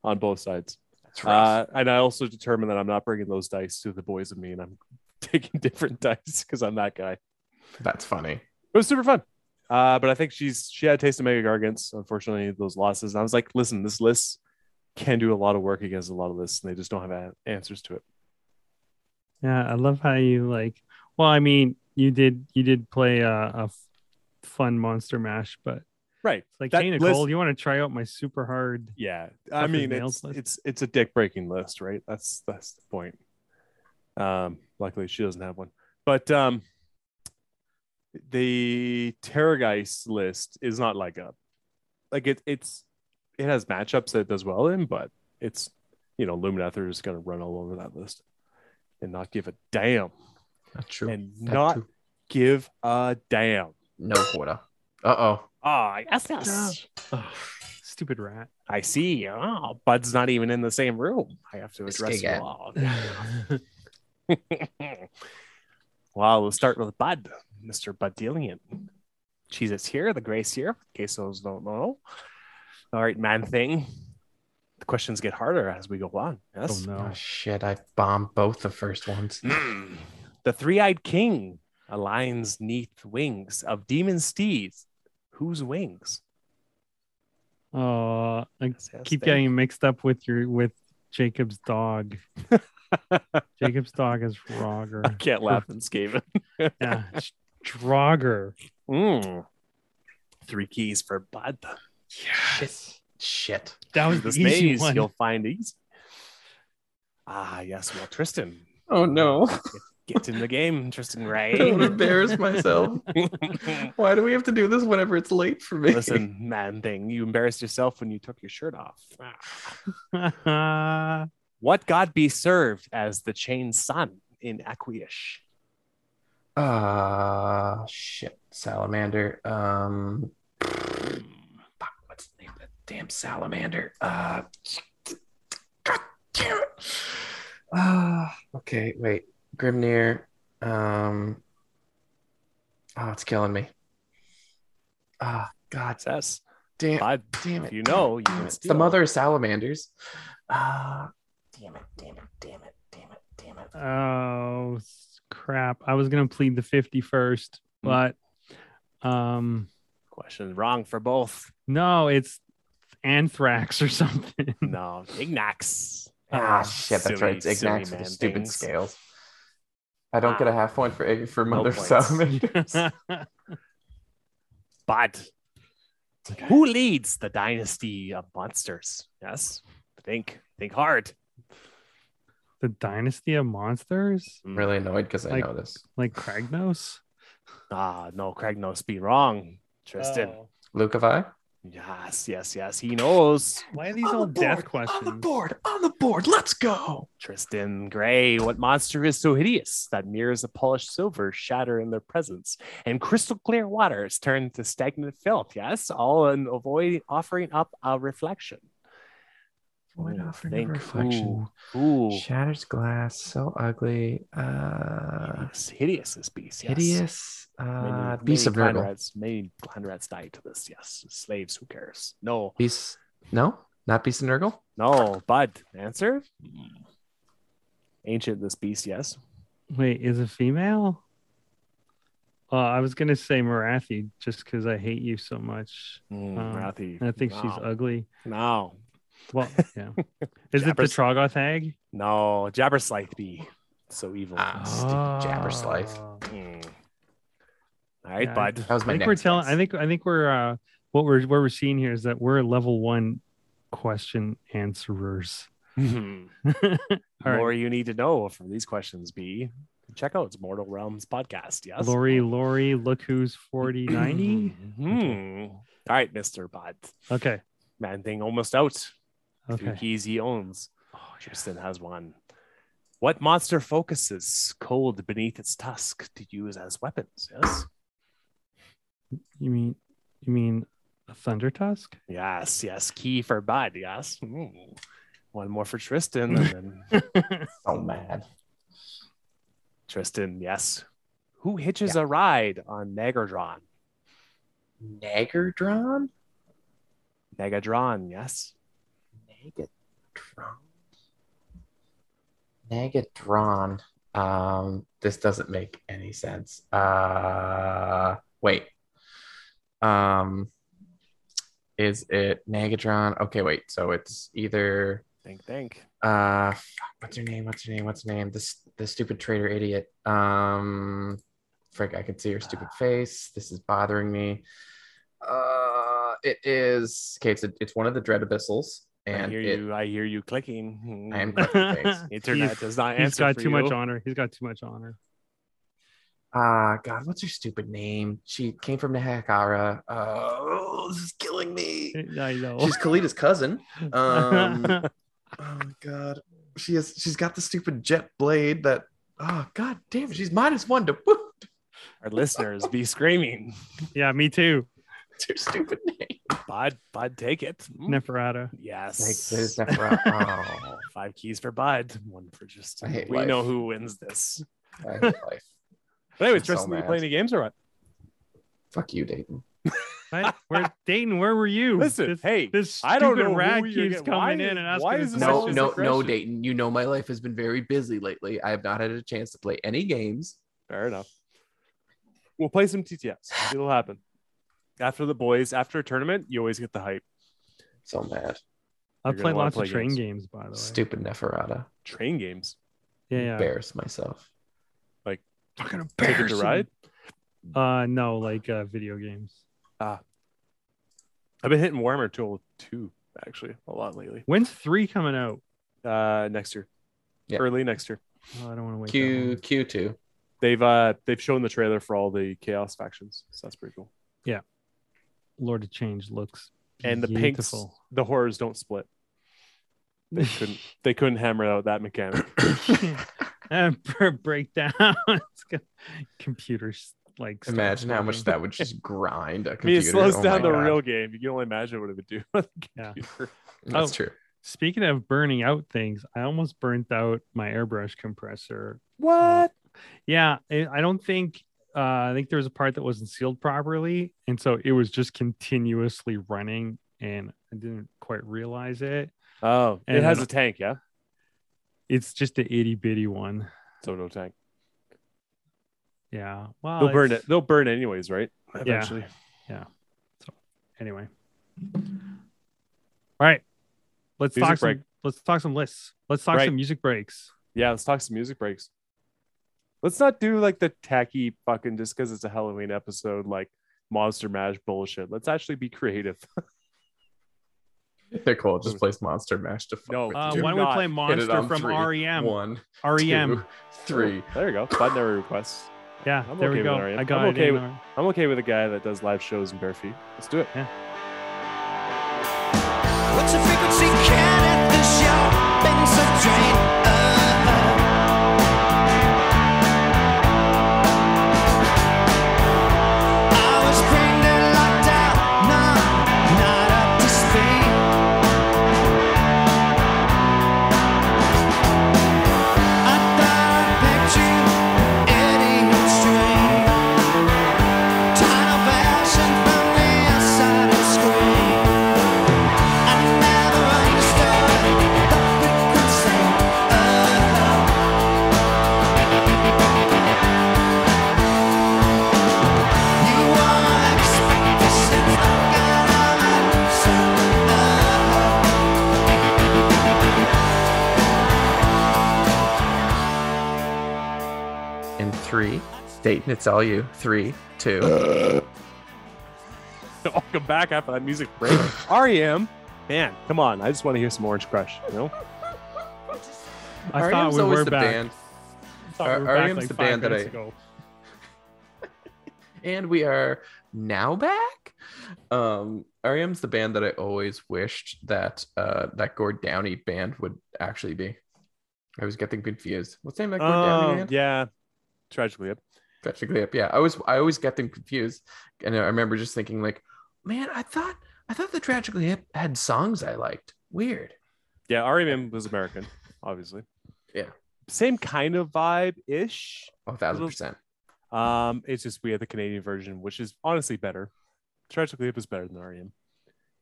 on both sides.
That's rough.
Uh, and I also determined that I'm not bringing those dice to the boys and me, and I'm taking different dice because I'm that guy. It
that's funny.
was super fun. Uh, but I think she's she had a taste of Mega Gargants, unfortunately, those losses. And I was like, listen, this list can do a lot of work against a lot of lists, and they just don't have a- answers to it.
I love how you like. Well, I mean, you did you did play a, a f- fun monster mash, but
Right.
it's like,
That
hey Nicole,
list-
you want to try out my super hard?
yeah.
Tough
I
as
mean
nails
it's,
list.
it's it's a dick breaking list, right? That's that's the point. Um, luckily she doesn't have one. But um the Terrorgeist list is not like a like it it's it has matchups that it does well in, but it's you know, Luminathor is gonna run all over that list. and not give a damn
Not true.
and not give a damn.
no quarter. Uh
Ah,
oh.
Stupid rat.
I see. Oh, Bud's not even in the same room. I have to
This
address you
guy.
all. well, we'll start with Bud, Mr. Budillion. Cheese is here, the grace here, in case those don't know. All right, man thing. The questions get harder as we go on.
Oh
Yes.
no.
shit! I bombed both the first ones.
Mm. The three eyed king aligns neath wings of demon steeds. Whose wings?
Oh, I
Yes, yes,
keep
they-
getting mixed up with your with Jacob's dog. Jacob's dog is
I
Roger.
can't laugh in Skaven.
yeah, it's Draugr.
Mm. Three keys for Bud.
Yes. Shit.
That was the
this
easy
maze
one.
you'll find easy. Ah, yes. Well, Tristan, Uh,
Oh no!
get in the game, Tristan
I don't
Ray.
embarrass myself. Why do we have to do this whenever it's late for me?
Listen, man, thing, you embarrassed yourself when you took your shirt off. Ah. What god be served as the chained sun in Aquaish?
Ah, shit. Salamander. Um, fuck. What's the name of that damn salamander? Uh, God damn it. Ah, okay. Wait. Grimnir. Um. Oh, it's killing me. Ah, God
Success.
damn.
But
damn
if
it.
you know, you
Damn
can
it.
steal.
The mother of salamanders. Ah, damn it. Damn it. Damn it. Damn it. Damn it.
oh s- crap! I was gonna plead the fifty first, but um,
Question wrong for both.
no, it's anthrax or something.
No, Ignax.
Ah, shit, that's right. It's
Silly, silly
Ignax with
man
the stupid
things.
scales. I don't get a half point for egg for Mother
points.
Salamanders.
But who leads the dynasty of monsters? Yes. Think, think hard.
the dynasty of monsters,
Mm.
I'm really annoyed because I
Like-
know this.
like Kragnos.
Ah, no, Kragnos be wrong, Tristan.
Oh.
Luke, have I?
Yes, yes, yes. He knows.
Why are these all death questions?
on the board. Let's go.
Tristan Gray, what monster is so hideous that mirrors of polished silver shatter in their presence and crystal clear water is turned to stagnant filth? Yes, all in avoiding offering up a reflection.
Void
Ooh,
offering
think.
a reflection.
Ooh, ooh.
Shatters glass. So ugly. Uh,
hideous, hideous this beast. Yes.
hideous. Uh,
Many-
beast
many
of Nurgle.
Clanrads- Many Clanrads died to this. Yes, slaves. Who cares? No,
Beast. No, not beast of Nurgle.
no. But answer. Ancient this beast. Yes.
Wait, is it female? Uh, I was gonna say Marathi just because I hate you so much.
Mm,
Um,
Marathi.
I think she's
No.
ugly.
No,
Well, yeah. Is it the
Jabbers-
Trogoth egg?
no. Jabberslythe be so evil.
Ah. Stupid jabber's life.
Oh.
Mm. All right,
Yeah, I-
bud.
That was
I
my
think
next
we're telling.
guess.
I think. I think we're. Uh, what we're what we're seeing here is that we're level one question answerers.
Mhm.
All right.
More you need to know from these questions. Be check out it's Mortal Realms podcast. Yes.
Lori, Lori, look who's forty ninety.
Mhm. All right, Mister Bud.
Okay.
Man thing almost out. Three
Okay. Oh,
keys he owns. Tristan has one. What monster focuses cold beneath its tusk to use as weapons? Yes.
You mean you mean a thunder tusk?
Yes, yes. Key for Bud, yes. Hmm. One more for Tristan. And then
So mad.
Tristan, yes. Who hitches a ride on Nagadron?
Nagadron.
Nagadron, yes.
Negatron. Negatron. Um, this doesn't make any sense. Uh, wait. Um, is it Negatron? Okay, wait. So it's either
Think, think.
uh, fuck, what's her name? What's her name? What's her name? This the stupid traitor idiot. Um, frick, I can see her stupid face. This is bothering me. Uh, it is okay. It's a, it's one of the dread abyssals,
I
and
hear
it,
you. I hear you clicking.
I am
Hmm.
clicking things.
Internet
He's-
does not answer.
He's got
for
too much
you.
honor. He's got too much honor.
Ah, God, what's her stupid name? She came from Nahakara. Uh, oh, this is killing me.
I know.
um,
She's Kalita's cousin. Um, oh my God. she has she's got the stupid jet blade that oh god damn it, she's minus one to wound.
Our listeners be screaming,
Yeah, me too.
It's her stupid name.
Bud, Bud, take it. Mm.
Neferata.
Yes.
oh,
Five keys for Bud, one for just.
I hate
We
life.
know who wins this.
I hate life.
But anyways,
I'm so
Tristan, you
mad.
play any games or what?
Fuck you, Dayton.
What? Where, Dayton, where were you?
Listen,
this,
hey,
this
I don't
stupid
know
rag
who you're
keeps
getting- why
coming
is-
in and asking
why
us
is this
No,
such a
questions.
no, no,
suppression.
Dayton. You know my life has been very busy lately. I have not had a chance to play any games.
Fair enough. We'll play some TTS. It'll happen. After the boys, after a tournament, you always get the hype.
So mad.
I
You're gonna
played
wanna
lots
play
of train
games.
games. by the way.
Stupid Neferata.
Train games.
Yeah, yeah.
Embarrass myself.
Fucking
Ticket to
embarrassing.
ride.
Uh, no, like uh, video games.
I've been hitting Warhammer 202 actually a lot lately.
When's three coming out?
Uh, next year,
Yeah.
early next year.
Oh, I don't want to wait. that
Q
long.
Q two.
They've uh they've shown the trailer for all the chaos factions, so that's pretty cool.
Lord of Change looks
And the pinks,
beautiful.
the horrors don't split. They couldn't they couldn't hammer out that mechanic.
and breakdown. It's gonna- Computers like stop
Imagine how much
working.
that would just grind a
I mean,
computer.
it slows
Oh
down
my
the
God.
real game. You can only imagine what it would do. on the
Yeah.
computer.
That's
Oh.
true.
Speaking of burning out things, I almost burnt out my airbrush compressor.
What?
Yeah, I I don't think uh, I think there was a part that wasn't sealed properly, and so it was just continuously running, and I didn't quite realize it.
Oh, it
And
has
then-
a tank, yeah.
It's just an itty bitty one.
So no tank.
Yeah. Well,
They'll burn
Oh, it's-
it. They'll burn anyways, right? Eventually.
Anyway. All right. Let's
Music
talk
break.
some. Let's talk some lists. Let's talk
Right.
some music breaks.
Yeah, let's talk some music breaks. Let's not do like the tacky fucking just because it's a Halloween episode, like Monster Mash bullshit. Let's actually be creative.
They're cool. Just place Monster Mash to fuck
Mm. No.
with
Uh,
you.
why don't we
not
play
hit it
Monster
on
from E
three.
REM?
One,
REM.
two, three.
There you go. Bud never requests.
Yeah,
I'm
there we
okay with
go.
REM.
I got
I'm
it.
okay
in
with-
there.
I'm okay with a guy that does live shows in bare feet. Let's do it.
What's the frequency cat at the show? Been so drained. Uh-huh. I was cleaned and locked out. No, not up to speed. I thought I picked you, idiot string. Tired of passion from the outside and scream. I never understood the frequency of love. You are expectations I got on soon.
And three. Dayton, it's all you. Three, two.
Welcome back after that music break. REM. Man, come on. I just want to hear some Orange Crush, you know?
I
REM's
thought we
E always
were
the
back.
band.
I thought we
R-
were back
REM's
like
the
five
band that
minutes
I-
ago.
And we are now back. Um, REM's the band that I always wished that uh that Gord Downey band would actually be. I was getting confused. What's the name of that Gord Downey
Oh,
band?
yeah. Tragically, yep.
Practically up. Yeah, I was I always get them confused, and I remember just thinking like, man, I thought I thought the Tragically Hip had songs I liked. Weird.
Yeah, REM was American, obviously.
Yeah.
Same kind of vibe ish.
One thousand percent.
Um, it's just we had the Canadian version, which is honestly better. Tragically Hip is better than REM.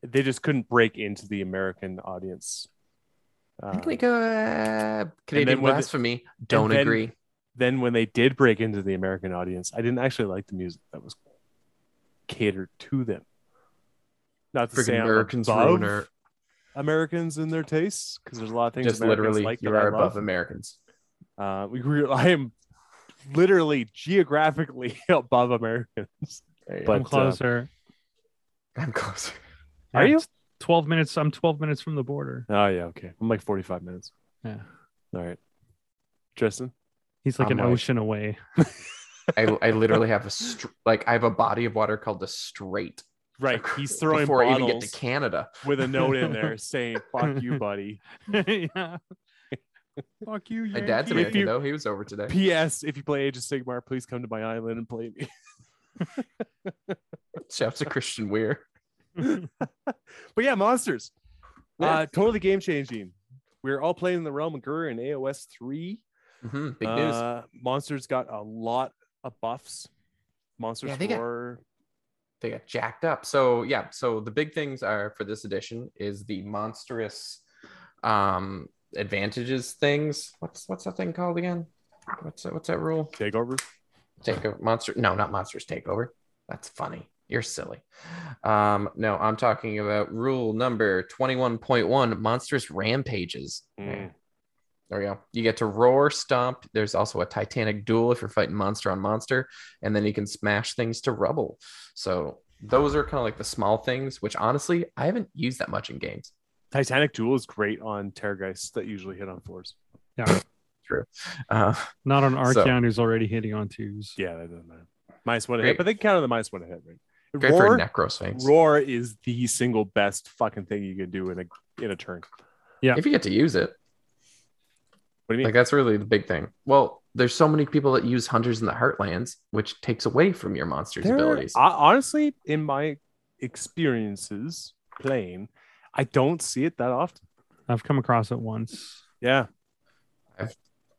They just couldn't break into the American audience.
I
Um,
think we go uh, Canadian
with-
blasphemy. Don't
then-
agree.
then when they did break into the American audience, I didn't actually like the music that was catered to them. Not to
Friggin'
say I'm
Americans
above
ruin our-
Americans in their tastes, because there's a lot of things
Just
Americans
literally,
like
you
that I
are above
love.
Americans.
Uh, we, we, I am literally geographically above Americans.
There you
But,
I'm
uh,
closer.
go. I'm closer.
Are
Yeah,
you?
it's Twelve minutes. I'm twelve minutes from the border.
Oh yeah, okay. I'm like 45 minutes.
Yeah.
All right, Tristan.
He's like
I'm
an
like-
ocean away.
I, I literally have a str- like I have a body of water called the Strait.
Right, he's throwing
before I
bottles
even get to Canada.
with a note in there saying "fuck you, buddy."
yeah. Fuck you.
My dad's
Yankee.
American
you-
though. He was over today.
P.S. If you play Age of Sigmar, please come to my island and play me.
Shout to Christian Weir.
But yeah, monsters. Uh,
Yeah.
totally game changing. We are all playing in the realm of Gur in AOS three.
Mhm, Big news.
Uh, monsters got a lot of buffs. Monsters
Yeah, they got-
for
They got jacked up. So yeah. So the big things are for this edition is the monstrous um advantages things. What's what's that thing called again? What's that, what's that rule?
takeover.
Takeover monster. No, not monsters takeover. That's funny. You're silly. Um, no, I'm talking about rule number 21.1 monstrous rampages.
Mm.
There we go. You get to roar, stomp. There's also a Titanic duel if you're fighting monster on monster, and then you can smash things to rubble. So those are kind of like the small things, which honestly I haven't used that much in games.
Titanic Duel is great on Terrorgeists that usually hit on fours.
Uh,
Not on Archeon,
So-
who's already hitting on twos.
Yeah, that doesn't matter. Minus one to
Great.
hit, but they can count on the minus one to hit, right?
great for
Roar,
Necrosphinx.
roar is the single best fucking thing you can do in a in a turn.
Yeah.
If you get to use it,
What do you mean?
like that's really the big thing. Well, there's so many people that use Hunters in the Heartlands, which takes away from your monster's
There-
abilities.
I, honestly, in my experiences playing, I don't see it that often.
I've come across it once.
Yeah,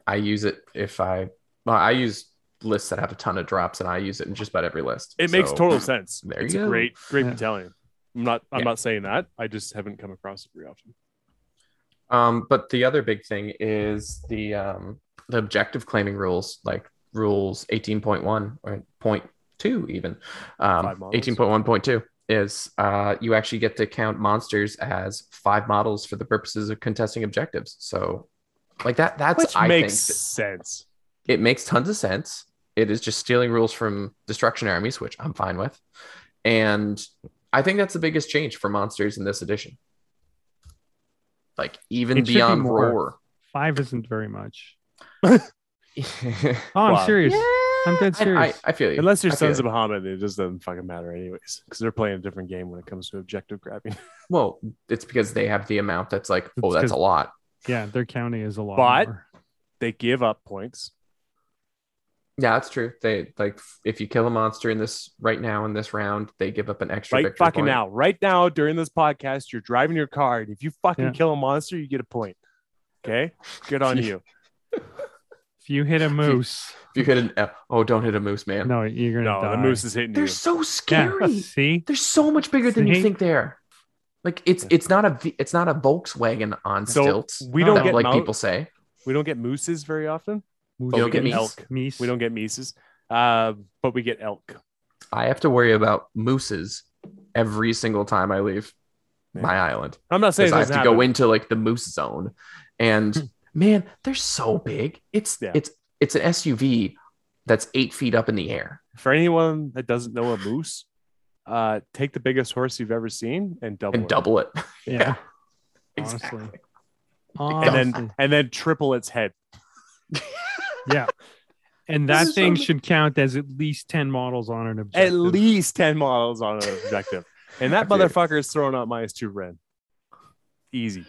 I use it if I, well, I use lists that have a ton of drops, and I use it in just about every list.
it makes
So-
total sense.
there
it's
you
a
go.
great, great
Yeah.
battalion. I'm not, I'm
Yeah.
not saying that. I just haven't come across it very often.
Um, but the other big thing is the um, the objective claiming rules, like rules eighteen point one or point two, even
Five
um,
models.
eighteen point one point two is uh, you actually get to count monsters as five models for the purposes of contesting objectives. So, like that, that's
Which
I
makes
think
sense.
it makes tons of sense. It is just stealing rules from destruction armies, which I'm fine with, and I think that's the biggest change for monsters in this edition. Like even
It should be
beyond
more.
roar.
Five isn't very much.
yeah,
Oh, I'm
Wow.
serious. I'm dead
I- I,
serious.
I feel you.
Unless
I
your
feel
son's
you.
of Muhammad, it just doesn't fucking matter anyways, because they're playing a different game when it comes to objective grabbing.
well, it's because they have the amount that's like, oh,
It's
that's
'cause-
a lot.
yeah, their counting is a lot.
But-
more.
they give up points.
Yeah, that's true. They like if you kill a monster in this right now in this round, they give up an extra
Right
victory
fucking
point.
now, right now during this podcast, you're driving your car, and if you fucking
Yeah.
kill a monster, you get a point. Okay, good on you.
if you hit a moose,
If you hit an uh, oh, don't hit a moose, man.
no, you're gonna
No,
die.
the moose is hitting
They're
you.
so
yeah.
scary.
See,
They're so much bigger than you
See?
think they are. Like it's it's not a V- it's not a Volkswagen on
So,
stilts.
we don't
that,
get
like
mount-
people say.
We don't get mooses very often.
moose,
we don't get
meese,
elk.
meese.
We don't get mises, uh, but we get elk.
I have to worry about mooses every single time I leave
Yeah.
my island.
I'm not saying
because
it
I have to
doesn't
go
happen. Hmm.
into like the moose zone. And man, they're so big. It's
Yeah.
it's it's an SUV that's eight feet up in the air.
For anyone that doesn't know a moose, uh, take the biggest horse you've ever seen and double
And
it,
double it.
Yeah,
Exactly.
honestly.
and
honestly.
then and then triple its head.
yeah, and
This
that
is
thing
so-
should count as at least ten models on an
At
objective.
least ten models on an objective. And that
I feel you.
motherfucker is throwing out minus two red. Easy.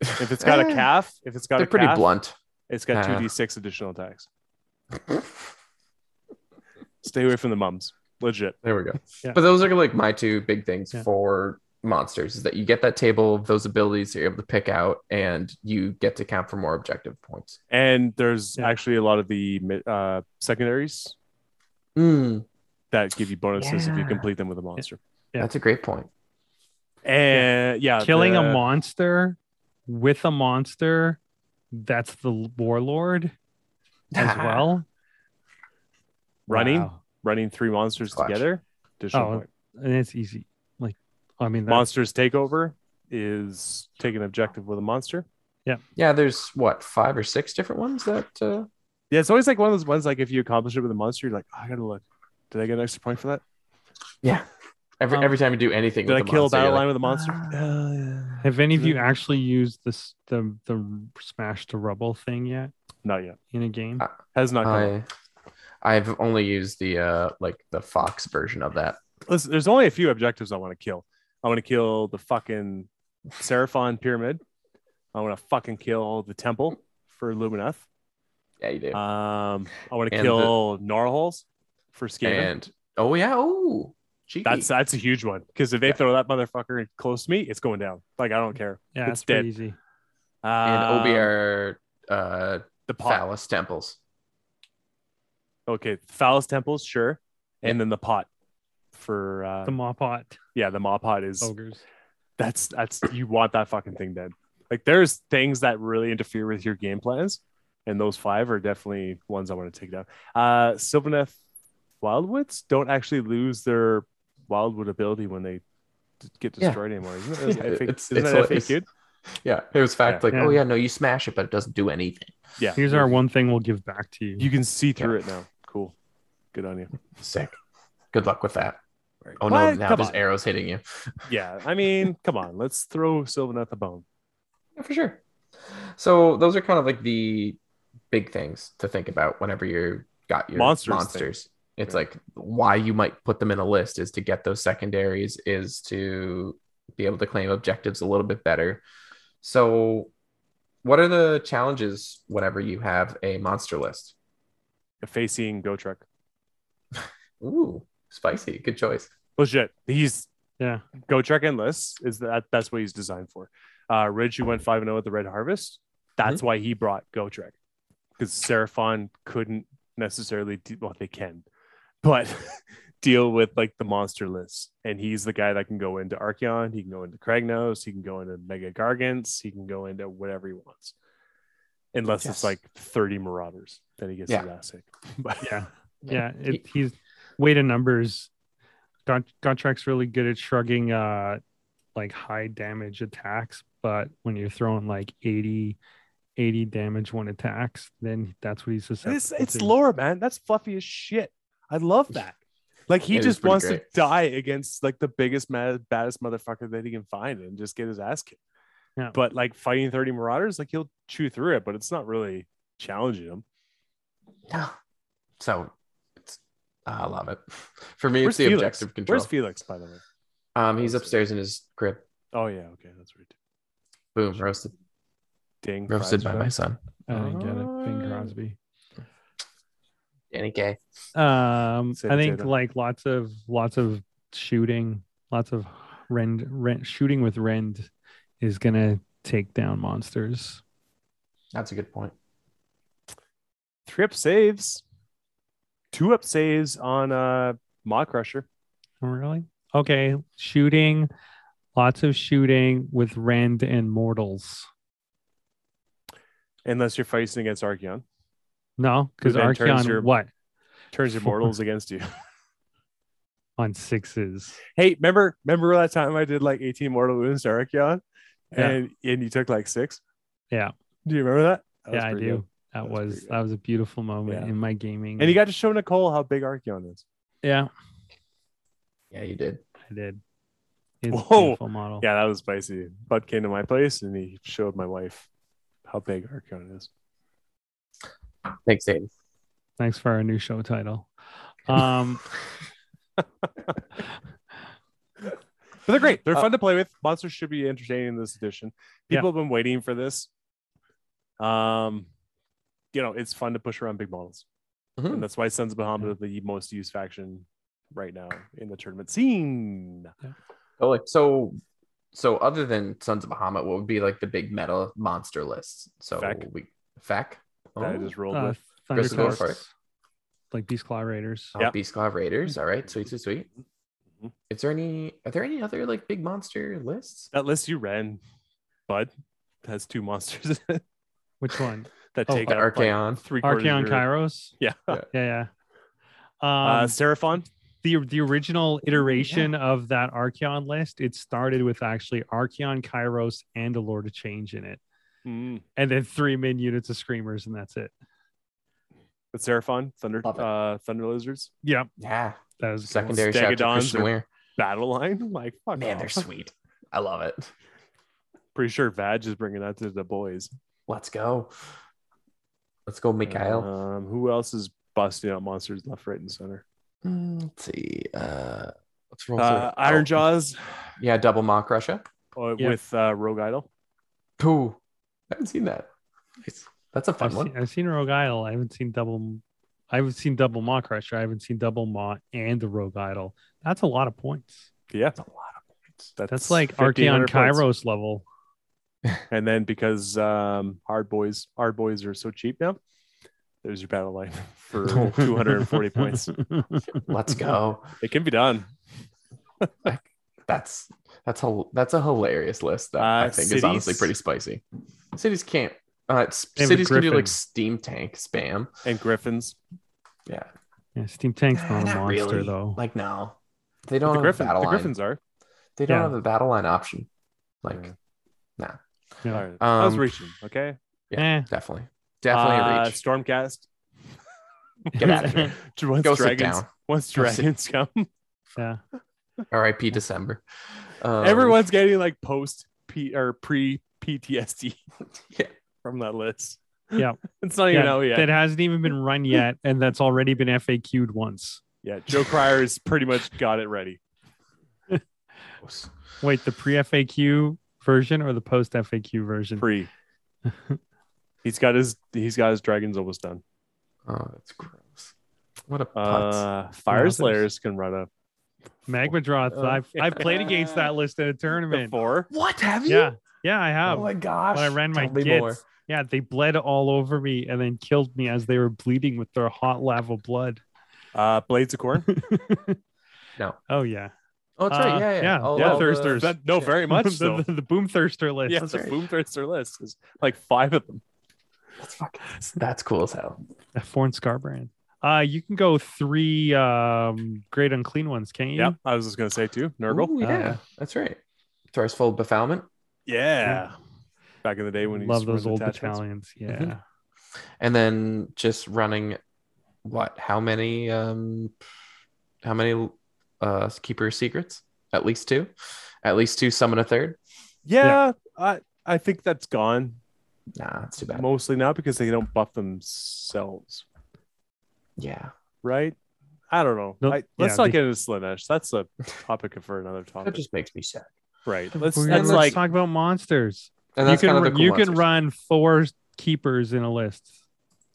If it's got a
Eh,
calf, if it's got
They're
a
pretty
calf,
blunt.
it's got two
Ah.
d six additional attacks. Stay away from the mums. Legit.
There we go.
Yeah.
But those are like my two big things
Yeah.
for monsters is that you get that table of those abilities that you're able to pick out and you get to count for more objective points.
And there's
Yeah.
actually a lot of the mi- uh, secondaries
Mm,
that give you bonuses if you
Yeah.
complete them with a monster.
Yeah.
That's a great point.
And yeah,
Killing
Uh, the-
a monster with a monster, that's the warlord as
Ah,
well.
running,
Wow.
running three monsters
Clash.
together. Additional
Oh,
point.
and it's easy. Like, I mean, that,
Monsters Takeover is take an objective with a monster.
Yeah, there's what five or six different ones that uh,
Yeah, it's always like one of those ones like if you accomplish it with a monster, you're like, "Oh, I gotta look. Did I get an extra point for that?
yeah. Every
Um,
every time you do anything,
Did I
with a
kill a
monster,
battle
you're like, "Ah."
line with a monster? Uh,
have any of you actually used this the the smash to rubble thing yet
Not yet.
in a game?
Uh,
Has not come. up.
I I've only used the uh like the Fox version of that.
Listen, there's only a few objectives I want to kill. I want to kill the fucking Seraphon Pyramid. I want to fucking kill the temple for Lumineth.
Yeah, you do.
Uh,
Um, I want to
And
kill Gnarlholes for Skaven.
and oh yeah, oh cheeky.
That's that's a huge one because if they
Yeah.
throw that motherfucker close to me, it's going down. Like I don't care.
Yeah,
It's
it's pretty easy.
Um,
and OBR uh
the pot.
phallus temples.
Okay, phallus temples, sure, and
Yeah.
then the pot for uh,
The maw pot
yeah, the maw pot is
ogres.
that's that's you want that fucking thing dead. Like there's things that really interfere with your game plans, and those five are definitely ones I want to take down. Uh Sylvaneth Wildwoods don't actually lose their Wildwood ability when they d- get
Yeah.
destroyed anymore, isn't it? Isn't
Yeah,
that FAQ?
it's-
Isn't
it's
that
hilarious.
FAQ?
Yeah, it was fact like
Yeah.
oh yeah, no, you smash it, but it doesn't do anything.
Yeah.
Here's our one thing we'll give back to you.
you can see through it now. Cool. Good on you.
Sick. Good luck with that.
Right.
Oh
What?
no, now
Come
there's
on.
arrows hitting you.
Yeah. I mean, come on. Let's throw Sylvaneth a bone.
Yeah, for sure. So those are kind of like the big things to think about whenever you got your
Monsters
monsters.
thing.
It's
Yeah.
like why you might put them in a list is to get those secondaries, is to be able to claim objectives a little bit better. So, what are the challenges whenever you have a monster list?
Facing Gotruck.
Ooh, spicy. Good choice.
Legit. He's
Yeah.
go check in lists is that that's what he's designed for. Uh Ridge, who went five and zero at the Red Harvest, that's
Mm-hmm.
why he brought go check because Seraphon couldn't necessarily do well, they can, but deal with like the monster list. And he's the guy that can go into Archeon, he can go into Kragnos, he can go into Mega Gargants, he can go into whatever he wants. Unless it's
Yes.
like 30 Marauders, then he gets
Yeah.
his ass sick. But
Yeah. yeah it, he's weight in numbers Gon- Gontrak's really good at shrugging uh like high damage attacks but when you're throwing like 80 80 damage one attacks then that's what he's susceptible
It's it's
to.
lore, man. That's fluffy as shit. I love that. Like he
It is
just
pretty
wants to
great.
die against like the biggest, mad, baddest motherfucker that he can find and just get his ass kicked.
Yeah.
But like fighting thirty marauders, like he'll chew through it, but it's not really challenging him.
No. So, it's, I love it. For me, it's the
Felix?
objective control.
Where's Felix, by the way?
um, he's upstairs in his crib.
Oh yeah, okay, that's right.
Boom, roasted,
Dang,
roasted
fries
by
for
my
that.
son,
i didn't get it
Ah.
Bing crosby
Danny Gay.
um
Say
i
potato.
think like lots of lots of shooting lots of rend rent shooting with rend is gonna take down monsters
That's a good point.
Three up saves, two up saves on uh Maw Crusher.
Oh, Really? Okay. Shooting, lots of shooting with Rend and Mortals.
Unless you're fighting against Archeon,
No, because
Who then turns
Archeon
your-
what
turns your
Four.
mortals against you.
on sixes.
Hey, remember remember that time I did like 18 mortal wounds to Archeon
Yeah.
and and you took like six?
Yeah.
Do you remember that? That was
yeah, I do. Mm-hmm.
pretty good.
That,
That was
was,
pretty good.
that was a beautiful moment
Yeah.
in my gaming.
And you got to show Nicole how big Archeon is.
yeah,
Yeah, you did.
I did. It's
Whoa.
a beautiful model.
Yeah, that was spicy. Bud came to my place and he showed my wife how big Archeon is.
Thanks, Dave.
Thanks for our new show title. Um,
But they're great. They're
Uh,
fun to play with. Monsters should be entertaining in this edition.
Yeah.
People have been waiting for this. Um, you know, it's fun to push around big models.
Mhm.
And that's why Sons of Bahamut
Mm-hmm. Yeah.
are the most used faction right now in the tournament scene.
Oh, like so. So, other than Sons of Bahamut, what would be like the big metal monster list? So
Feck.
we Fac. Oh,
That I just rolled
uh,
with.
Crystal
Thunderclaws,
Fork.
like Beast Claw Raiders.
oh,
yeah.
Beast Claw
Mm-hmm.
Raiders. All right, sweet, sweet, sweet.
Mhm.
Is there any? Are there any other like big monster lists?
That list you ran, Bud, has two monsters in it
Which one?
that
Oh,
take
The
out like,
Archaon.
three quarters. of
Archeon
your-
Kairos.
Yeah.
Yeah.
Yeah, yeah.
uh,
Um,
Seraphon.
the the original iteration of that Archeon list, it started with actually Archeon, Kairos, and a Lord of Change in it,
Mm.
and then three min units of Screamers, and that's it.
But Seraphon, Thunder,
Love it.
uh, Thunder Lizards,
Yeah,
Yeah,
that was a good one.
secondary shout to
Stegodons
Christian
are-
Ware.
Battle Line. Like, fuck
Man,
off.
they're sweet. I love it.
Pretty sure Vag is bringing that to the boys.
Let's go. Let's go, Mikhail.
Um, who else is busting out monsters left, right, and center?
Mm, let's see. Uh, let's roll.
Uh,
through.
Iron
Oh,
Jaws
Yeah, double mock Russia.
uh,
Yeah.
with uh, Rogue Idol.
Cool. I haven't seen that. Nice. That's a fun
I've
one.
seen, I've seen Rogue Idol. I haven't seen Double. I've seen Double Maw Crusher. I haven't seen Double Maw and the Rogue Idol. That's a lot of points.
Yeah,
That's a lot of points.
That's like
1500
Archeon
points.
Kairos level.
And then because um, hard boys, hard boys are so cheap now. There's your battle line for 240 points.
Let's go.
It can be done.
That's that's a that's a hilarious list that I
Uh,
think is honestly
cities?
pretty spicy. Cities can't. Uh, s-
David
cities can do
Griffin.
like steam tank spam.
And Griffins.
Yeah,
Yeah, Steam Tank's not a
Nah,
monster
really.
though.
Like no, they
But
don't
The,
have a
Griffin,
Oh, battle
the
line.
Griffins are.
They don't
Yeah.
have a battle line option. Like
Yeah.
Yeah.
All right. I was
Um,
reaching. Okay.
yeah.
definitely, definitely
Uh,
a reach.
Stormcast.
Get out of here.
Once
Go sit
dragons,
down.
Once
Go sit-
dragons come,
yeah.
R.I.P. December. Um,
everyone's getting like post P or pre PTSD
Yeah.
from that list.
Yeah.
It's not even
Yeah,
out yet.
That hasn't even been run yet, and that's already been FAQ'd once.
yeah. Joe Cryer has pretty much got it ready.
Wait, the pre FAQ version or the post FAQ version?
Pre. he's got his he's got his dragons almost done.
Oh, that's gross. What a putz.
Uh fire
Yeah,
slayers can run a
Magmadroth.
Oh,
I've, I've played
yeah.
against that list in a tournament.
four.
what have you?
Yeah. Yeah, I have.
oh my gosh.
when I ran my
Tell me
kids.
more.
Yeah, they bled all over me and then killed me as they were bleeding with their hot lava blood.
Uh blades of corn.
Oh yeah,
Oh, that's right.
Uh,
yeah, yeah.
yeah,
All-
yeah,
all the-
thirsters.
That- no,
shit.
very much
the,
so.
the, the boom thirster list.
yeah,
That's
the
right.
boom thirster list is like five of them.
That's, fucking, that's cool as hell.
A foreign scar brand. Uh, you can go three um great unclean ones, can't you?
Yeah, I was just gonna say too. Nurgle.
Ooh, yeah,
Uh,
that's right. Thirstful befoulment.
Yeah. Back in the day when you
Love
used to wear
those
the
old
attachments. Mm-hmm.
battalions. Yeah,
Mhm. And then just running what? How many um how many uh keeper secrets? At least two. At least two summon a third.
Yeah, I I think that's gone
Nah, that's too bad.
mostly now because they don't buff themselves,
yeah.
right? I don't know.
No,
I, let's
yeah,
not
they-
get into Slanesh. That's a topic for another
That
Um,
topic,
just makes me sad.
right? Let's,
We're-
that's
let's
like
talk about monsters.
And
you
that's
can
kind of
ru-
the cool
you can
monsters.
run four keepers in a list.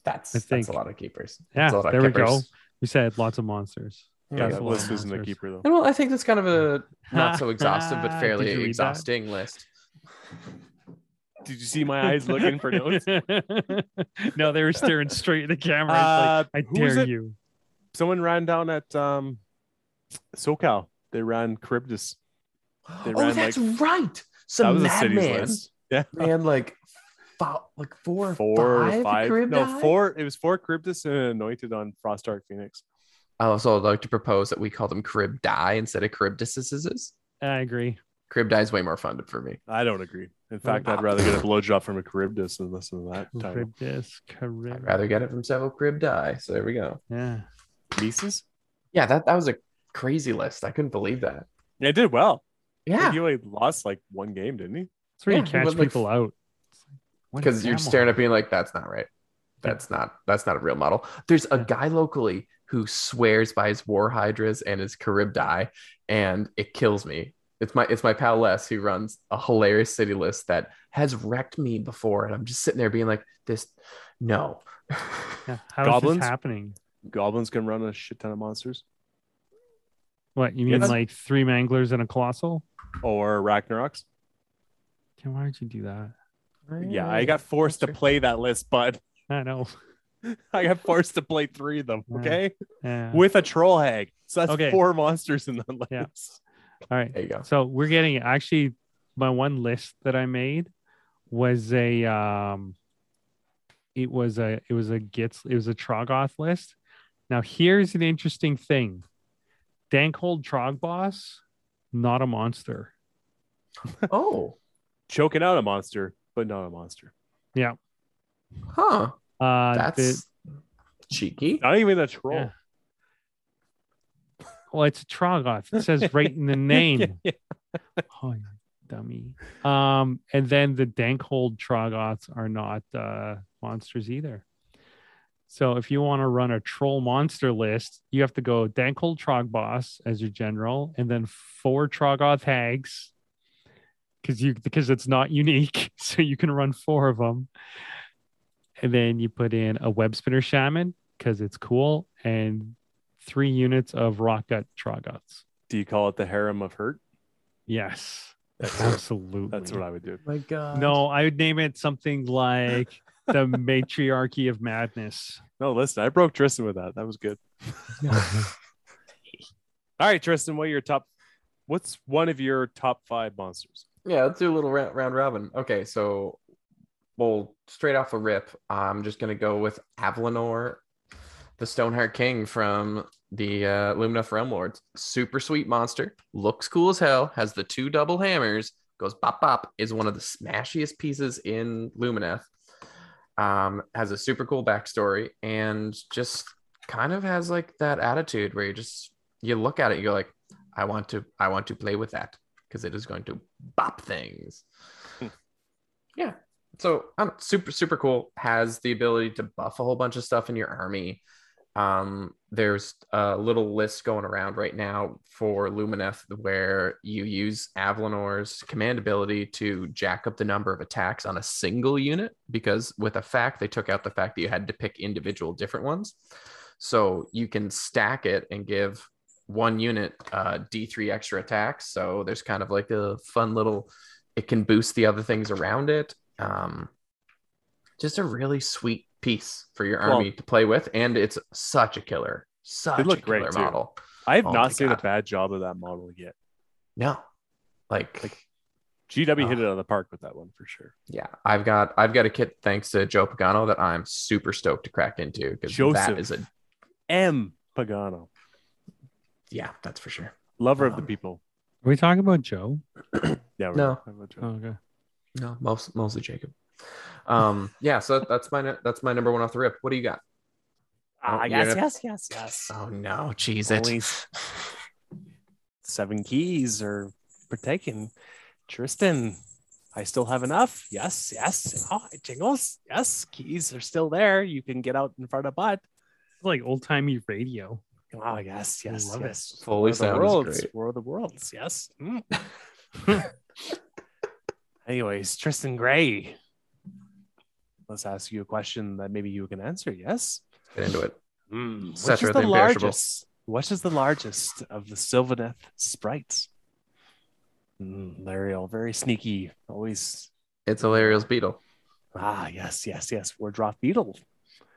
that's
I
that's
think.
a lot of keepers.
Yeah,
That's a lot of
there we go.
keepers.
We said lots of monsters.
Yeah,
yeah,
that's a
that
lot
list
of
isn't the
monsters.
keeper though.
And well, I think that's kind of a not so exhaustive
Did
but
you
fairly
read that?
exhausting list.
Did you see my eyes looking for notes?
no, they were staring straight at the camera.
Uh,
It's like, I
who was
dare
it?
you.
Someone ran down at um, SoCal. They ran Charybdis. They
oh,
ran,
that's
like-
right.
That
Some
was a city's
madman
list. Yeah,
ran like five, like four, or
four or
five,
five.
Carib
No,
dive?
four. It was four Charybdis and anointed on Frostark Phoenix.
I also would Oh, like to propose that we call them Carib die instead of Carib diseases.
I agree.
Carib die is way more fun for me.
I don't agree. In fact, I'd rather get a blowjob from a Charybdis than listen to that title.
Charybdis, Charybdis.
I'd rather get it from several Carib die. So there we go.
Yeah.
Mises?
Yeah, that that was a crazy list. I couldn't believe that.
Yeah, it did well.
Yeah,
He only lost like one game, didn't he?
That's where
Yeah,
you
he
catch
was, like,
people out. It's like, what
because
an
you're
animal.
staring at me like that's not right that's not that's not a real model there's a
Yeah.
guy locally who swears by his war hydras and his carib die and it kills me it's my it's my pal les who runs a hilarious city list that has wrecked me before and i'm just sitting there being like this no
Yeah. How is
Goblins?
this happening?
Goblins can run a shit ton of monsters.
What you
Yeah,
mean,
that's-
like three manglers and a colossal?
Or Ragnaroks.
Okay, why would you do that?
Yeah, I got forced to
Sure.
play that list, bud.
I know.
I got forced to play three of them,
Yeah.
okay?
Yeah.
With a troll hag. So that's
Uh, Okay.
four monsters in that list.
Yeah. All right.
there you go
So we're getting actually my one list that I made was a um it was a it was a gets it was a Trogoth list. Now here's an interesting thing. Dankhold Trog boss, not a monster.
oh
Choking out a monster, but not a monster.
huh
Uh
that's
the-
cheeky
Not even a troll.
Yeah. well it's a Trogoth. It says right in the
Yeah,
name.
yeah.
oh you dummy. Um and then the Dankhold Trogoths are not uh monsters either. So if you want to run a troll monster list, you have to go Dankhold Trog Boss as your general, and then four Trogoth Hags, because you because it's not unique, so you can run four of them,
and then you put in a web spinner shaman because it's cool, and three units of rock gut trogoths.
Do you call it the harem of hurt?
Yes,
Oh
absolutely.
That's what I would do.
my God.
No, I would name it something like the matriarchy of madness.
No, listen, I broke Tristan with that. That was good. All right, Tristan, what are your top? What's one of your top five monsters?
Yeah, let's do a little round, round robin. Okay, so, well, straight off the rip, I'm just gonna go with Avalinor, the Stoneheart King from the uh, Luminous Realm Lords. Super sweet monster, looks cool as hell, has the two double hammers, goes bop bop, is one of the smashiest pieces in Lumineth. Um, has a super cool backstory and just kind of has like that attitude where you just you look at it, you're like, I want to, I want to play with that because it is going to bop things. yeah. So um, super, super cool. Has the ability to buff a whole bunch of stuff in your army. Um, there's a little list going around right now for Lumineth where you use Avalinor's command ability to jack up the number of attacks on a single unit because with a fact, they took out the fact that you had to pick individual different ones. So you can stack it and give one unit uh, d3 extra attacks so there's kind of like a fun little it can boost the other things around it um, just a really sweet piece for your
Well-
army to play with and it's such a killer such
look
a
great,
killer
too.
model
I have
Oh my
not seen a
God.
bad job of that model yet.
no like,
Like- GW hit
Oh.
it out of the park with that one for sure.
yeah i've got i've got a kit thanks to joe pagano that i'm super stoked to crack into because that
Joseph.
is a
M. Pagano,
yeah that's for sure
lover of the
Um,
people.
Are we talking about Joe?
Yeah, we're
no.
talking about Joe.
Mm.
Okay.
no most, mostly jacob um yeah so that's my nu- that's my number one off the rip what do you got
Ah,
Oh,
yes,
yeah.
yes, yes, yes.
Oh no, cheese
Only Seven keys are partaken. Tristan, I still have enough. Yes, yes. Oh, it jingles. Yes, keys are still there. You can get out in front of butt.
It's like old timey radio.
Oh, yes, yes,
love it.
yes. War
Fully
of the
sounds
worlds.
great.
War of the worlds. Yes. Mm. Anyways, Tristan Gray. Let's ask you a question that maybe you can answer. Yes.
Get into it.
Mm, which
Cetera,
is
the
the
imperishable.
largest? What is the largest of the Sylvaneth sprites? Mm, Lariel, very sneaky. Always.
It's Hilarious Beetle.
Ah, yes, yes, yes. Wardroth Beetle.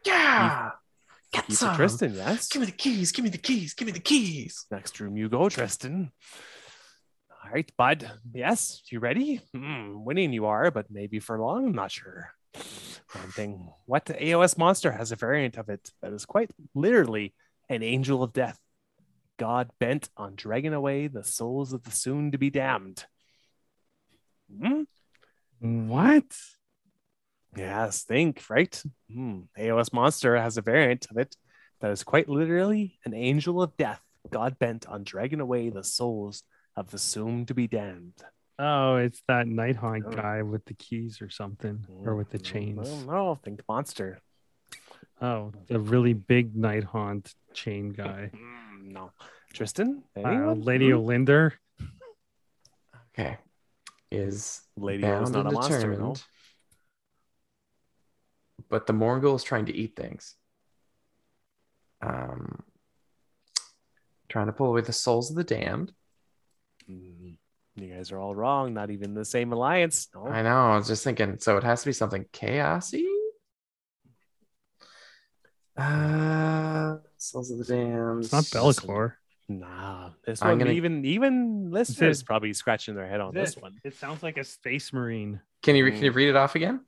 Yeah. Get
You for Tristan, yes.
me the keys. Give me the keys. Give me the keys.
Next room you go, Tristan. All right, bud. Yes, you ready? Hmm, winning you are, but maybe for long, I'm not sure. One thing. What AOS monster has a variant of it that is quite literally an angel of death? God bent on dragging away the souls of the soon to be damned. Hmm?
What?
Yes, think, right? Hmm. AOS Monster has a variant of it that is quite literally an angel of death, God bent on dragging away the souls of the soon to be damned.
Oh, it's that Nighthawk
Oh.
guy with the keys or something, or with the
Hmm,
chains.
I don't know. Think monster.
Oh, the really big Nighthawk chain guy.
Hmm, no. Tristan?
Uh,
Anyone?
Lady
Hmm?
Olinder.
Okay. Is
Lady
bound
was not
and
a monster. No.
determined. But the Morgul is trying to eat things. Um, trying to pull away the souls of the damned.
Hmm. You guys are all wrong. Not even the same alliance. No.
I know. I was just thinking. So it has to be something chaosy. Uh, Souls of the Damned.
It's not Bellicor.
Nah. This
I'm
one,
gonna-
even even listeners probably scratching their head on
This-
this one.
It sounds like a space marine.
Can you can
Mm.
you read it off again?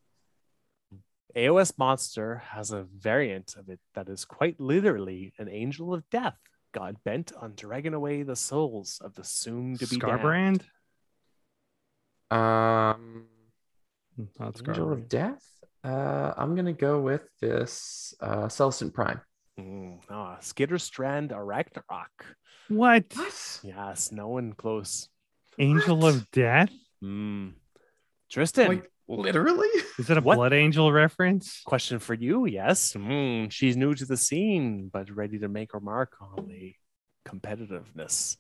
AOS Monster has a variant of it that is quite literally an angel of death, God bent on dragging away the souls of the soon to be
Scarbrand?
Um,
Hmm, Not
Angel of
Scarbrand.
Death. Uh, I'm gonna go with this uh, Celestin Prime.
Mm, ah, Skitterstrand Arachnarok.
What?
What?
Yes, no one close.
Angel
What?
of Death?
Mm. Tristan,
Like literally?
Is that a
What?
Blood Angel reference?
question for you. Yes, Mm, she's new to the scene, but ready to make her mark on the competitiveness.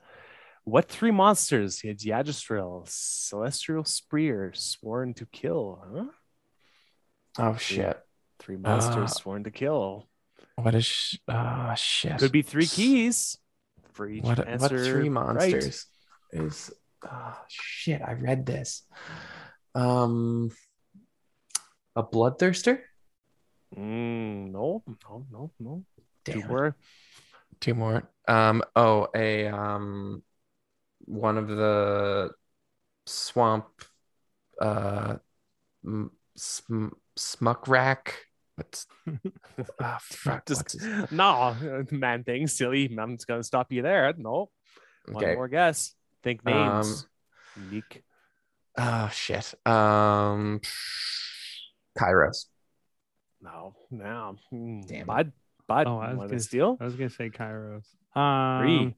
What three monsters had Yadristril, Celestial Spreer sworn to kill? Huh?
Oh shit!
Three
Ah.
monsters sworn to kill.
What is sh- ah shit?
Could be three keys for each
what?
answer.
What three
right.
monsters is? ah shit! I read this. Um, a bloodthirster.
Mm, no, no, no, no. Two
Damn it.
more.
Two more. Um. Oh, a um, one of the swamp, uh, m- sm- smuck rack. What's ah fuck? what's
Just
his-
no, man thing, silly. I'm just gonna stop you there. No. One
okay. Um,
more guess. Think names. Unique.
Oh shit. Um, Kairos.
No, no. Hmm,
Damn it.
Bud, Bud,
Oh, I was
want to
gonna-
steal?
I was gonna say Kairos. Um,